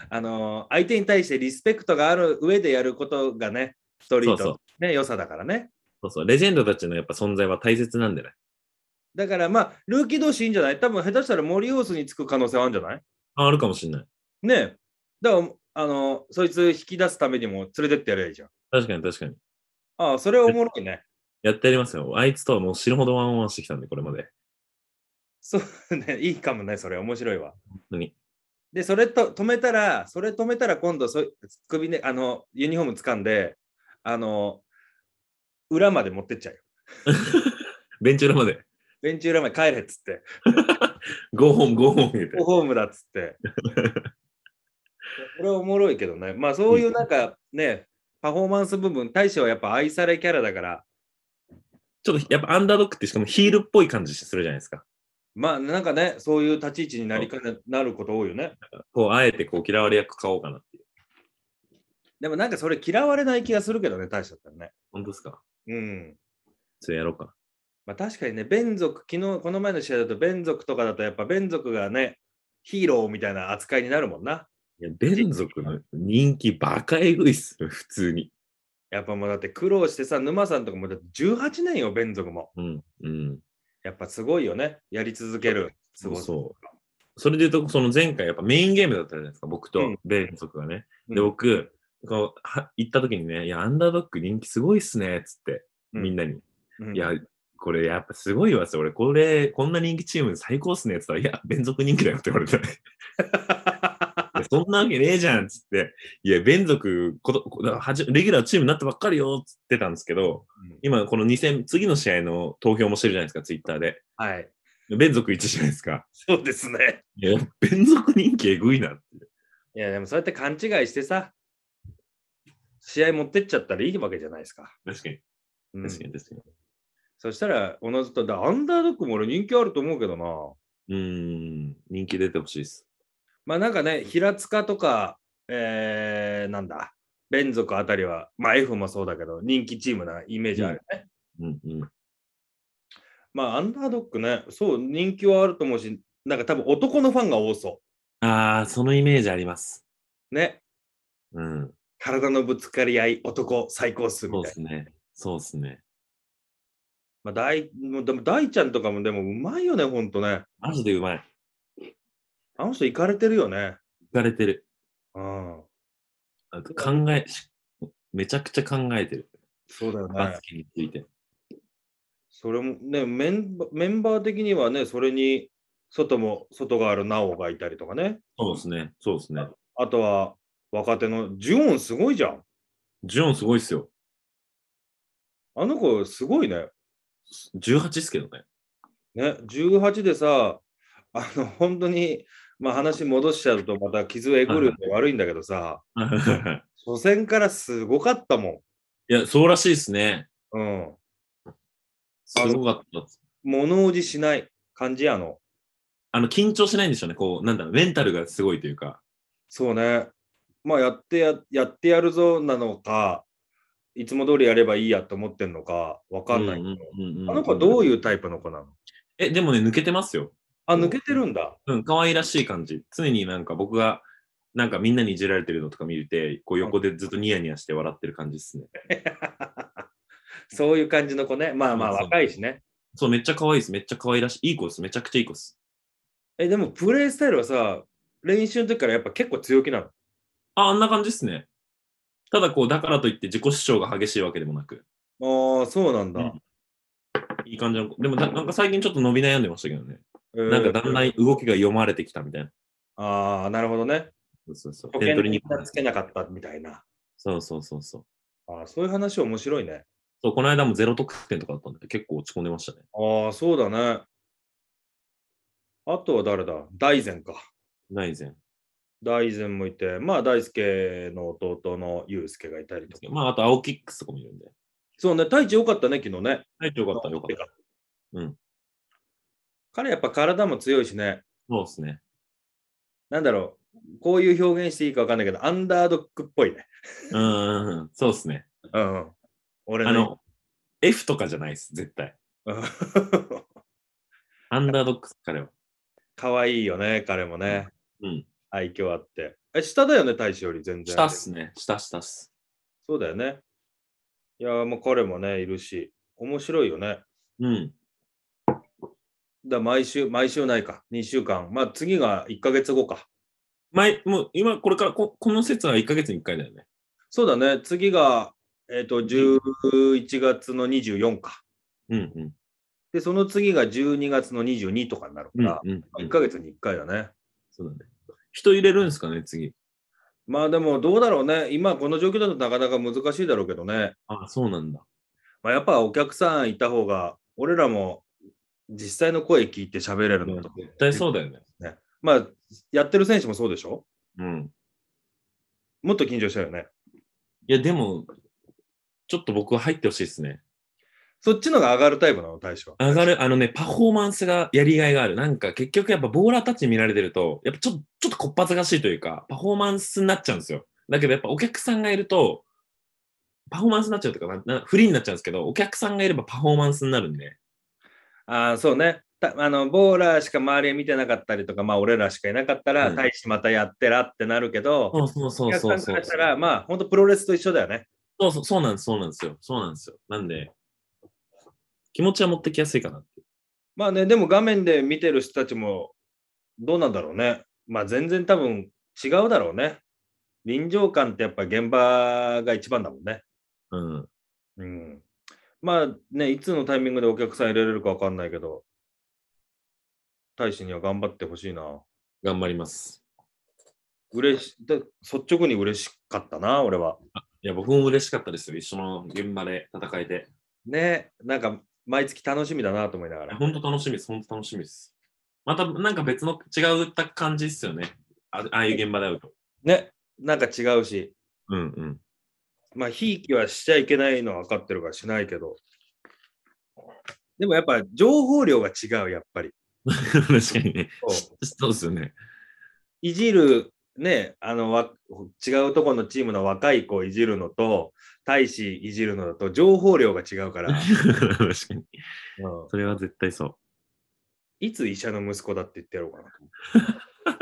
Speaker 2: あのー相手に対してリスペクトがある上でやることがね、ストリート
Speaker 1: そう
Speaker 2: のね、良さだからね。
Speaker 1: そうそう、レジェンドたちのやっぱ存在は大切なんでね。
Speaker 2: だからまあ、ルーキー同士いいんじゃない多分下手したら森オースにつく可能性はあるんじゃない
Speaker 1: ああるかもしれない。
Speaker 2: ねえ。だから、あの、そいつ引き出すためにも連れてってやればいいじゃん。
Speaker 1: 確かに確かに。
Speaker 2: ああ、それはおもろいね。
Speaker 1: やってやりますよ。あいつとはもう死ぬほどワンオンワンしてきたんで、これまで。
Speaker 2: そうね、いいかもね、それ、面白いわ。
Speaker 1: 本当に。
Speaker 2: で、それと止めたら、それ止めたら今度そい、首ね、あの、ユニフォーム掴んで、あの、裏まで持ってっちゃうよ。
Speaker 1: ベンチ裏まで。
Speaker 2: ベンチ裏まで帰れっつって、
Speaker 1: ゴーホーム、ゴーホーム言うて。
Speaker 2: ホームだっつって。 これはおもろいけどね。まあ、そういうなんかね、パフォーマンス部分、大使はやっぱ愛されキャラだから、
Speaker 1: ちょっとやっぱアンダードックってしかもヒールっぽい感じするじゃないですか。
Speaker 2: まあ、なんかね、そういう立ち位置になりかねなること多いよね。
Speaker 1: こう、あえてこう嫌われ役買おうかなっていう。
Speaker 2: でもなんかそれ嫌われない気がするけどね、大使だったらね。
Speaker 1: 本当ですか
Speaker 2: うん。
Speaker 1: それやろうか。
Speaker 2: まあ確かにね、ベン族、昨日、この前の試合だと、ベン族とかだと、やっぱベン族がね、ヒーローみたいな扱いになるもんな。
Speaker 1: いや、ベン族の人気バカエグいっすよ、普通に。
Speaker 2: やっぱもうだって苦労してさ、沼さんとかもだって18年よ、ベン族も。
Speaker 1: うん。うん。
Speaker 2: やっぱすごいよね、やり続ける。す
Speaker 1: そう
Speaker 2: ごさ
Speaker 1: そう。それで言うと、その前回やっぱメインゲームだったじゃないですか、僕と
Speaker 2: うん
Speaker 1: ベン族がね。
Speaker 2: うん
Speaker 1: で、僕、こうは行った時にね、いや、アンダードック人気すごいっすね、つって、
Speaker 2: うん
Speaker 1: みんなに。
Speaker 2: うん
Speaker 1: いや、これやっぱすごいわっつって、俺、これ、こんな人気チーム最高っすね、つったら、いや、連続人気だよって言 われて、いやそんなわけねえじゃん、つって、いや、連続ことこだからはじ、レギュラーチームになったばっかりよ、つってたんですけど、
Speaker 2: うん
Speaker 1: 今、この2戦、次の試合の投票もしてるじゃないですか、ツイッターで。
Speaker 2: はい。
Speaker 1: 連続1じゃないですか。
Speaker 2: そうですね。
Speaker 1: いや、連続人気えぐいなって。
Speaker 2: いや、でもそうやって勘違いしてさ、試合持ってっちゃったらいいわけじゃないですか。
Speaker 1: 確かに、
Speaker 2: うん
Speaker 1: 確かに、確か
Speaker 2: そしたら、おのずと、だアンダードックも俺人気あると思うけどな。
Speaker 1: に。うーん、人気出てほしいです。
Speaker 2: まあなんかね、平塚とか、えー、なんだ、ベン族あたりは、まあ F もそうだけど、人気チームなイメージあるね。
Speaker 1: うん、うん。
Speaker 2: まあアンダードックね、そう、人気はあると思うし、なんか多分男のファンが多そ
Speaker 1: あー、そのイメージあります。
Speaker 2: う。ね、
Speaker 1: うん。
Speaker 2: 体のぶつかり合い、男最高数
Speaker 1: そ
Speaker 2: み
Speaker 1: う
Speaker 2: た
Speaker 1: で
Speaker 2: いな。
Speaker 1: すね。そうですね。
Speaker 2: まあ大、もうでも大ちゃんとかもでもうまいよね、ほんとね。
Speaker 1: マジでうまい。
Speaker 2: あの人、行かれてるよね。
Speaker 1: 浮かれてる。
Speaker 2: うん。
Speaker 1: あと考え、しめちゃくちゃ考えてる。
Speaker 2: そうだよ
Speaker 1: バ
Speaker 2: ね
Speaker 1: ス。ケについて。
Speaker 2: それもねメンバ、メンバー的にはね、それに、外も、外があるナオがいたりとかね。
Speaker 1: そうですね。そうですね。
Speaker 2: あとは若手のジュオンすごいじゃん。
Speaker 1: ジオンすごいっすよ。
Speaker 2: あの子すごいね。
Speaker 1: 18っすけどね。
Speaker 2: ね、18でさ、あの本当に、まあ、話戻しちゃうとまた傷えぐるの悪いんだけどさ、初戦からすごかったも
Speaker 1: いや、そうらしいっすね。
Speaker 2: ん。うん。
Speaker 1: すごかったっす。
Speaker 2: 物おじしない感じやの。
Speaker 1: あの、緊張しないんでしょうね。こう、なんだろう、メンタルがすごいというか。
Speaker 2: そうね。まあやってややってやるぞなのか、いつも通りやればいいやと思ってんのか、わかんないけど、あの子はどう
Speaker 1: いう
Speaker 2: いうタイプの子なの
Speaker 1: え、でもね、抜けてますよ。
Speaker 2: あ、抜けてるんだ。
Speaker 1: うん、可愛らしい感じ。常になんか僕が、なんかみんなにいじられてるのとか見て、こう横でずっとニヤニヤして笑ってる感じっすね。
Speaker 2: そういう感じの子ね。まあまあ
Speaker 1: そうそう
Speaker 2: 若いしね。
Speaker 1: そう、めっちゃ可愛いです。めっちゃ可愛らしい。いい子です。めちゃくちゃいい子です。
Speaker 2: え、でもプレイスタイルはさ、練習の時からやっぱ結構強気なの。
Speaker 1: あ、あんな感じですね。ただこう、だからといって自己主張が激しいわけでもなく、
Speaker 2: ああ、そうなんだ。
Speaker 1: うんいい感じの、でもななんか最近ちょっと伸び悩んでましたけどね。
Speaker 2: えー
Speaker 1: なんかだんだん動きが読まれてきたみたいな。
Speaker 2: ああ、なるほどね。
Speaker 1: そうそうそう。
Speaker 2: 保
Speaker 1: 点
Speaker 2: 険
Speaker 1: 取り
Speaker 2: に
Speaker 1: に
Speaker 2: つけなかったみたいな。
Speaker 1: そうそうそうそう。
Speaker 2: ああ、そういう話面白いね。
Speaker 1: そう、この間もゼロ得点とかだったんで、結構落ち込んでましたね。
Speaker 2: ああ、そうだね。あとは誰だ大善か。
Speaker 1: ないぜ
Speaker 2: 大善もいて、まあ大輔の弟の祐介がいたりとか。
Speaker 1: まあ、あと、青キックスとかもいるんで。
Speaker 2: そうね、太一良かったね、昨日ね。
Speaker 1: はい、よかった、よかった。うん。
Speaker 2: 彼やっぱ体も強いしね。
Speaker 1: そうですね。
Speaker 2: なんだろう、こういう表現していいかわかんないけど、アンダードックっぽいね。
Speaker 1: うーん、そうですね。
Speaker 2: うんうん。俺ね
Speaker 1: あの、F とかじゃないです、絶対。
Speaker 2: うん
Speaker 1: アンダードックス、彼は。
Speaker 2: 可愛いよね、彼もね。
Speaker 1: うん。
Speaker 2: 愛嬌あって。え、下だよね、大使より全然。
Speaker 1: 下っすね。下、下っす。
Speaker 2: そうだよね。いやー、もう彼もね、いるし、面白いよね。
Speaker 1: うん。
Speaker 2: だ毎週、毎週ないか、2週間。まあ次が1ヶ月後か。
Speaker 1: 前、もう今、これからこ、この説は1ヶ月に1回だよね。
Speaker 2: そうだね。次が、えっ、と、11月の24か。
Speaker 1: うんうん。
Speaker 2: で、その次が12月の22とかになるか
Speaker 1: うん
Speaker 2: ら、
Speaker 1: うんうん
Speaker 2: 1ヶ月に1回だね。
Speaker 1: そうだね。人入れるんですかね、次。
Speaker 2: まあでも、どうだろうね。今、この状況だとなかなか難しいだろうけどね。
Speaker 1: ああ、そうなんだ。
Speaker 2: まあ、やっぱお客さんいた方が、俺らも実際の声聞いて喋れるのと。
Speaker 1: 絶対そうだよね。
Speaker 2: まあ、やってる選手もそうでしょ
Speaker 1: うん。
Speaker 2: もっと緊張したよね。
Speaker 1: いや、でも、ちょっと僕は入ってほしいですね。
Speaker 2: そっちのが上がるタイプなの、大将。
Speaker 1: 上がる、あのね、パフォーマンスがやりがいがある。なんか結局やっぱボーラーたちに見られてると、やっぱちょっと、ちょっとこっぱずかしいというか、パフォーマンスになっちゃうんですよ。だけどやっぱお客さんがいると、パフォーマンスになっちゃうというかな、なフリーになっちゃうんですけど、お客さんがいればパフォーマンスになるんで、
Speaker 2: ああ、そうね。たあのボーラーしか周り見てなかったりとか、まあ、俺らしかいなかったら、
Speaker 1: うん
Speaker 2: 大使またやってらってなるけど、
Speaker 1: そうそうそ
Speaker 2: お
Speaker 1: う
Speaker 2: 客
Speaker 1: そ
Speaker 2: さ
Speaker 1: うん
Speaker 2: か
Speaker 1: そ
Speaker 2: ら
Speaker 1: う
Speaker 2: したら、まあ、本当プロレスと一緒だよね。
Speaker 1: そうそうそうなんですそうなんですよそうなんですよなんで気持ちは持ってきやすいかなって
Speaker 2: まあね、でも画面で見てる人たちも、どうなんだろうね。まあ、全然多分違うだろうね。臨場感ってやっぱ現場が一番だもんね。
Speaker 1: うん
Speaker 2: うん。まあね、いつのタイミングでお客さん入れれるかわかんないけど、大使には頑張ってほしいな。
Speaker 1: 頑張ります
Speaker 2: 嬉し、で率直に嬉しかったな、俺は。
Speaker 1: いや僕も嬉しかったですよ一緒の現場で戦えて
Speaker 2: ね、なんか毎月楽しみだなと思いなが
Speaker 1: いや
Speaker 2: ら。
Speaker 1: 本当楽しみです本当楽しみですまたなんか別の違った感じっすよねあああいう現場で会うと
Speaker 2: ね、なんか違うし、
Speaker 1: うんうん
Speaker 2: まあ、ひいきはしちゃいけないのは分かってるからしないけど、でもやっぱ情報量が違う、やっぱり。
Speaker 1: 確かにね
Speaker 2: そ
Speaker 1: そうですよね
Speaker 2: いじる、ね、あのわ違うとこのチームの若い子をいじるのと、大使いじるのだと、情報量が違うから、
Speaker 1: 確かに
Speaker 2: うん
Speaker 1: それは絶対そう
Speaker 2: いつ医者の息子だって言ってやろうかな。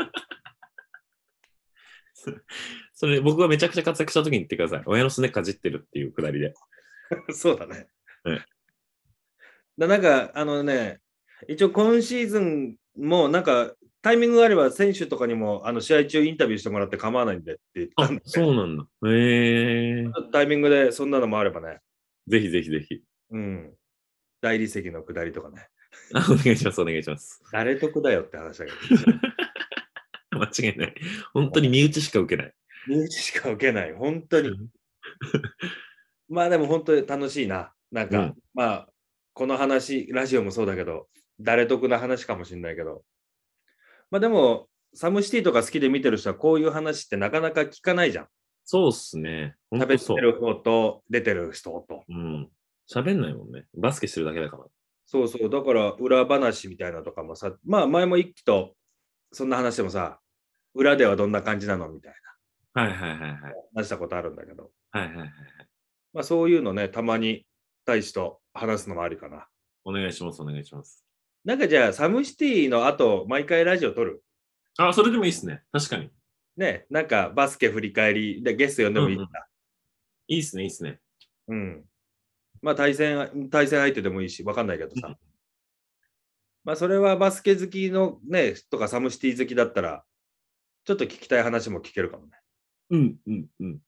Speaker 1: それ僕がめちゃくちゃ活躍した時に言ってください親のすねかじってるっていうくだりで
Speaker 2: そうだね。
Speaker 1: うん
Speaker 2: だなんか、あのね、一応今シーズンも、なんか、タイミングがあれば、選手とかにも、あの、試合中インタビューしてもらって構わないんでって言った
Speaker 1: あ
Speaker 2: んで、
Speaker 1: そうなんだへえー、
Speaker 2: タイミングでそんなのもあればね、
Speaker 1: ぜひぜひぜひ
Speaker 2: うん。大理石の下りとかね。
Speaker 1: あお願いします、お願いします。
Speaker 2: 誰得だよって話だけど、
Speaker 1: 間違いない。本当に身内しか受けない。
Speaker 2: 身内しか受けない、本当 に。まあでも本当に楽しいな。なんか、
Speaker 1: うん
Speaker 2: まあ、この話、ラジオもそうだけど、誰得な話かもしれないけど。まあでも、サムシティとか好きで見てる人は、こういう話ってなかなか聞かないじゃん。
Speaker 1: そうっすね。本
Speaker 2: 喋
Speaker 1: 当
Speaker 2: って
Speaker 1: そう。
Speaker 2: る方と出てる人と。
Speaker 1: うん。喋んないもんね。バスケしてるだけだから。
Speaker 2: そうそう、だから裏話みたいなのとかもさ、まあ前も一期とそんな話でもさ、裏ではどんな感じなのみたい
Speaker 1: はいはいはいはい。
Speaker 2: な話したことあるんだけど、
Speaker 1: はいはいはい。
Speaker 2: まあそういうのね、たまに大使と話すのもありかな。
Speaker 1: お願いします、お願いします。
Speaker 2: なんかじゃあ、サムシティの後、毎回ラジオ撮る
Speaker 1: あ、それでもいいっすね。確かに。
Speaker 2: ね、なんかバスケ振り返りでゲスト呼んでもいいんだ。
Speaker 1: いいっすね、いいっすね。
Speaker 2: うん、まあ対戦、対戦相手でもいいし、わかんないけどさ。
Speaker 1: うん
Speaker 2: まあそれはバスケ好きのね、とかサムシティ好きだったら、ちょっと聞きたい話も聞けるかもね。
Speaker 1: うんうんうん。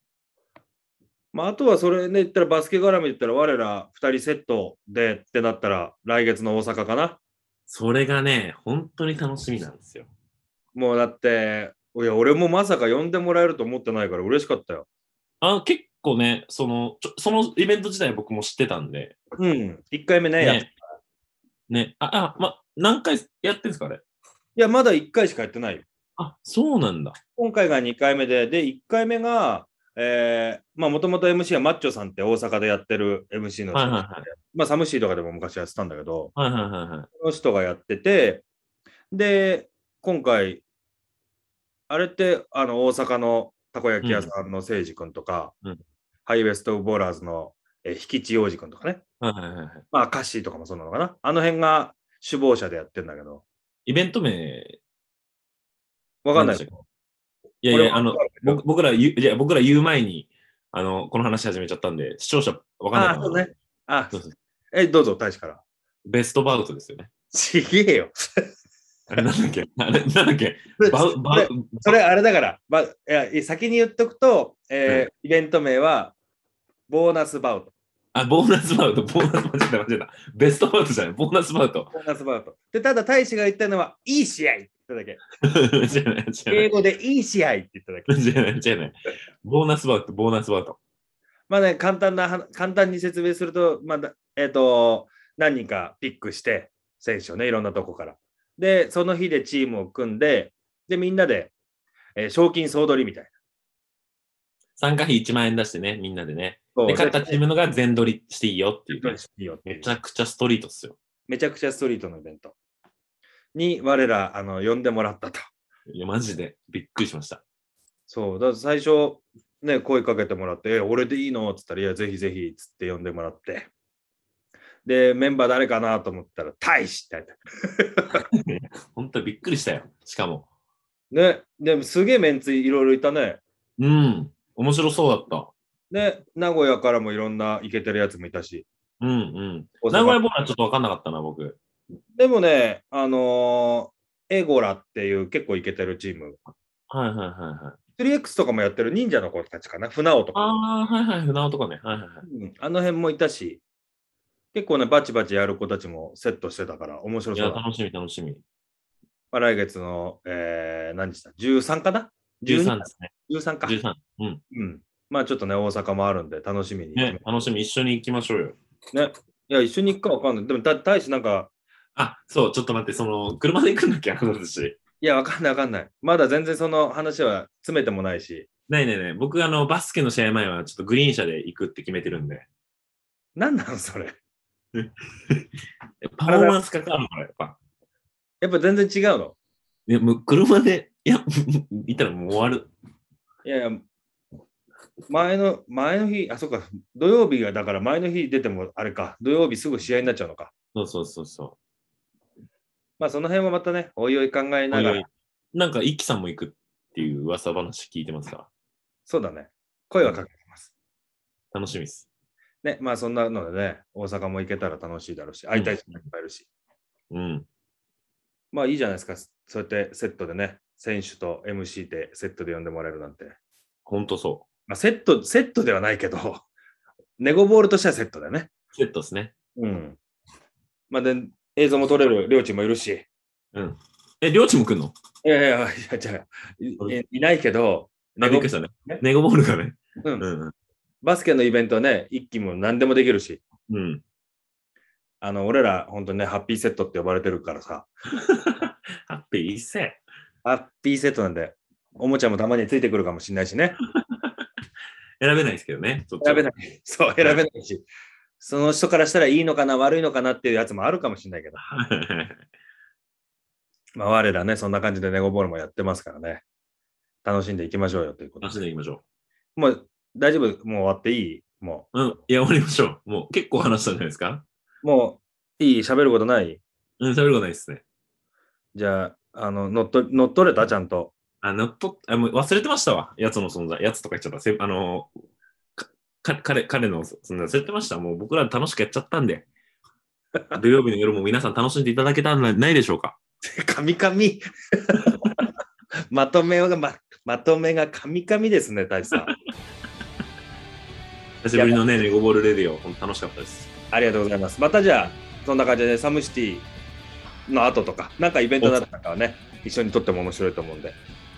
Speaker 2: まああとはそれね、言ったらバスケ絡みで言ったら、我ら2人セットでってなったら、来月の大阪かな。
Speaker 1: それがね、本当に楽しみなんですよ。
Speaker 2: もうだって、いや、俺もまさか呼んでもらえると思ってないから嬉しかったよ。
Speaker 1: あ、結構ね、その、ちょそのイベント自体僕も知ってたんで。
Speaker 2: うん。1回目ね、やっ
Speaker 1: ね。ね。あ、あ、ま、何回やってんすか、あれ。
Speaker 2: いや、まだ1回しかやってないよ。
Speaker 1: あ、そうなんだ。
Speaker 2: 今回が2回目で、で、1回目が、えーまあ、もともと MC はマッチョさんって大阪でやってる MC の人、
Speaker 1: はいはいはい。
Speaker 2: まあ、サムシーとかでも昔やってたんだけど、
Speaker 1: はいはいはいはい。
Speaker 2: その人がやってて、で、今回、あれって、あの、大阪のたこ焼き屋さんの誠治君とか、
Speaker 1: うん
Speaker 2: ハイウエストボーラーズの、えー、引吉洋二君とかね、
Speaker 1: はいはいはいはい。
Speaker 2: まあ、カッシーとかもそうなのかな、あの辺が首謀者でやってんだけど、
Speaker 1: イベント名、
Speaker 2: わかんない
Speaker 1: なんでしたっけいやい
Speaker 2: 俺
Speaker 1: や、
Speaker 2: も
Speaker 1: あの、僕僕ら言う、いや、僕ら言う前に、あの、この話始めちゃったんで、視聴者わかんない
Speaker 2: あ、
Speaker 1: か
Speaker 2: そう
Speaker 1: な、
Speaker 2: ね。あ
Speaker 1: そうそう、
Speaker 2: え、どうぞ、大使から。
Speaker 1: ベストバウトですよね。
Speaker 2: ちげえよ。
Speaker 1: あれなんだっけあれなんだっけバ ウ、バウ、
Speaker 2: それあれだから、ばいや先に言っとくと、えーイベント名はボーナスバウト。
Speaker 1: あ、ボーナスバウト、ボーナスバウト、間違えた、間違えた。ベストバウトじゃない、ボーナスバウト。
Speaker 2: ボーナスバウト。で、ただ大使が言ったのは、いい試合って言 っただ
Speaker 1: じゃない、じゃ
Speaker 2: け。
Speaker 1: な
Speaker 2: 英
Speaker 1: い。
Speaker 2: 語でいい試合って言っただけ。
Speaker 1: じゃない、じゃない。ボーナスバウト、ボーナスバウト。
Speaker 2: まあね、簡単な話、簡単に説明すると、まあだ、えっ、と、何人かピックして、選手をね、いろんなとこから。で、その日でチームを組んで、で、みんなで、えー賞金総取りみたいな。
Speaker 1: 参加費1万円出してね、みんなでね。
Speaker 2: そう
Speaker 1: で、勝ったチームのが全取りしていいよっていう
Speaker 2: で
Speaker 1: ね。
Speaker 2: いいよっていう
Speaker 1: めちゃくちゃストリートっすよ。
Speaker 2: めちゃくちゃストリートのイベントに我らあの呼んでもらったと。
Speaker 1: いや、マジでびっくりしました。
Speaker 2: そう、だから最初、ね、声かけてもらって、え俺でいいのっつったら、いや、ぜひぜひっつって呼んでもらって。で、メンバー誰かなと思ったら、大使って入った。
Speaker 1: 本当にびっくりしたよ。しかも。
Speaker 2: ね、でもすげえメンツいろいろいたね。
Speaker 1: うん。面白そうだった。
Speaker 2: で、名古屋からもいろんなイケてるやつもいたし。
Speaker 1: うんうん。
Speaker 2: 大阪
Speaker 1: 名古屋ボーナスちょっとわかんなかったな、僕。
Speaker 2: でもね、あのーエゴラっていう結構イケてるチーム。
Speaker 1: はいはいはいはい。
Speaker 2: 3X とかもやってる忍者の子たちかな。船尾とか。
Speaker 1: ああ、はいはい、船尾とかね。はいはいはい。
Speaker 2: うんあの辺もいたし、結構ね、バチバチやる子たちもセットしてたから、面白
Speaker 1: い
Speaker 2: そ
Speaker 1: や、
Speaker 2: うだ。
Speaker 1: 楽しみ楽しみ。
Speaker 2: まあ来月の、えー何日だ ?13 かな
Speaker 1: 13ですね。
Speaker 2: ?13 か。
Speaker 1: 13。うん。
Speaker 2: うん。まあちょっとね、大阪もあるんで、楽しみに行き
Speaker 1: ね、楽しみ。一緒に行きましょうよ。
Speaker 2: まね。いや、一緒に行くかわかんない。でも、だ大使なんか、
Speaker 1: あ、そう、ちょっと待って、その、車で行くんだっけ、あの私。
Speaker 2: いや、わかんないわかんない。まだ全然その話は詰めてもないし、
Speaker 1: ないないない。僕、あの、バスケの試合前は、ちょっとグリーン車で行くって決めてるんで。
Speaker 2: 何なのそれ。
Speaker 1: パフォーマンスかかるから、やっぱ。
Speaker 2: やっぱ全然違うの。
Speaker 1: いや、もう車で、いや、 行ったらもう終わる。
Speaker 2: いやいや、前の、前の日、あ、そっか、土曜日が、だから前の日出ても、あれか、土曜日すぐ試合になっちゃうのか。
Speaker 1: そうそうそうそ
Speaker 2: まあその辺はまたね、おいおい考え
Speaker 1: う。
Speaker 2: ながら、
Speaker 1: なんか、一輝さんも行くっていう噂話聞いてますか
Speaker 2: そうだね、声はかけてます。
Speaker 1: 楽しみです。
Speaker 2: ね、まあそんなのでね、大阪も行けたら楽しいだろうし、会いたい人もいっぱいいるし、
Speaker 1: うん。
Speaker 2: まあいいじゃないですか、そうやってセットでね、選手と MC でセットで呼んでもらえるなんて。
Speaker 1: ほんとそ
Speaker 2: まあセット、セットではないけど、 ネゴボールとしてはセットだよね。
Speaker 1: う。セットですね。
Speaker 2: うん。まあで、映像も撮れる両チームもいるし、
Speaker 1: え、りょうちんも来んの
Speaker 2: いやいやいや、じゃあいいいないけど、
Speaker 1: あ、
Speaker 2: ネ
Speaker 1: び
Speaker 2: ゴ
Speaker 1: っくりしたね
Speaker 2: ね。
Speaker 1: ネゴボールがね。
Speaker 2: う、
Speaker 1: うんん。
Speaker 2: バスケのイベントはね、一気も何でもできるし、
Speaker 1: うん。
Speaker 2: あの、俺ら、本当にね、ハッピーセットって呼ばれてるからさ、
Speaker 1: ハッピー一世。
Speaker 2: ハッピーセットなんで、おもちゃもたまについてくるかもしれないし ね。
Speaker 1: 選べないですけどね。
Speaker 2: 選べ
Speaker 1: ない。
Speaker 2: ない。そう、選べないし。その人からしたらいいのかな、悪いのかなっていうやつもあるかもしれないけど。まあ、我らね、そんな感じでネゴボールもやってますからね。楽しんでいきましょうよということ
Speaker 1: 楽し
Speaker 2: で。
Speaker 1: んでいきましょ
Speaker 2: もう、大丈夫もう終わっていいも
Speaker 1: う。うん。いや、終わりましょう。もう結構話したんじゃないですか
Speaker 2: う、もう、いい喋ることない
Speaker 1: うん、喋ることないですね。
Speaker 2: じゃあ、あの、乗っと乗っ取れたちゃんと。
Speaker 1: あ、のっと、あもう忘れてましたわ。やつの存在。やつとか言っちゃった。せあのかか彼、彼の存在忘れてました。もう僕ら楽しくやっちゃった んで。土曜日の夜も皆さん楽しんでいただけたんじゃないでしょうか。
Speaker 2: カミカミ。 まとめがま、まとめがカミカミですね、大志さん。
Speaker 1: 久しぶりのね、ネゴボールレディオ、ほんと楽しかったです。
Speaker 2: ありがとうございます。またじゃあ、そんな感じで、ね、サムシティの後とか、なんかイベントだったかはね、一緒に撮っても面白いと思うんで、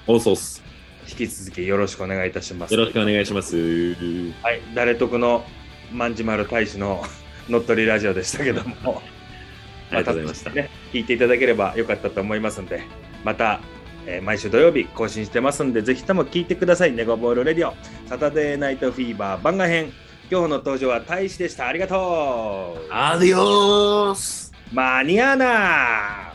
Speaker 1: オーソース。
Speaker 2: 引き続きよろしくお願いいたします。
Speaker 1: よろしくお願いします。は
Speaker 2: はい、誰得の万事丸大使の 乗っ取りラジオでしたけども、
Speaker 1: ありがとうございました
Speaker 2: ね、聞いていただければよかったと思いますんで、また、えー毎週土曜日更新してますんで、ぜひとも聞いてください。ネゴボールレディオ、サタデーナイトフィーバー番外編。今日の登場は大使でした。ありがとう。
Speaker 1: アディオース
Speaker 2: マニアナー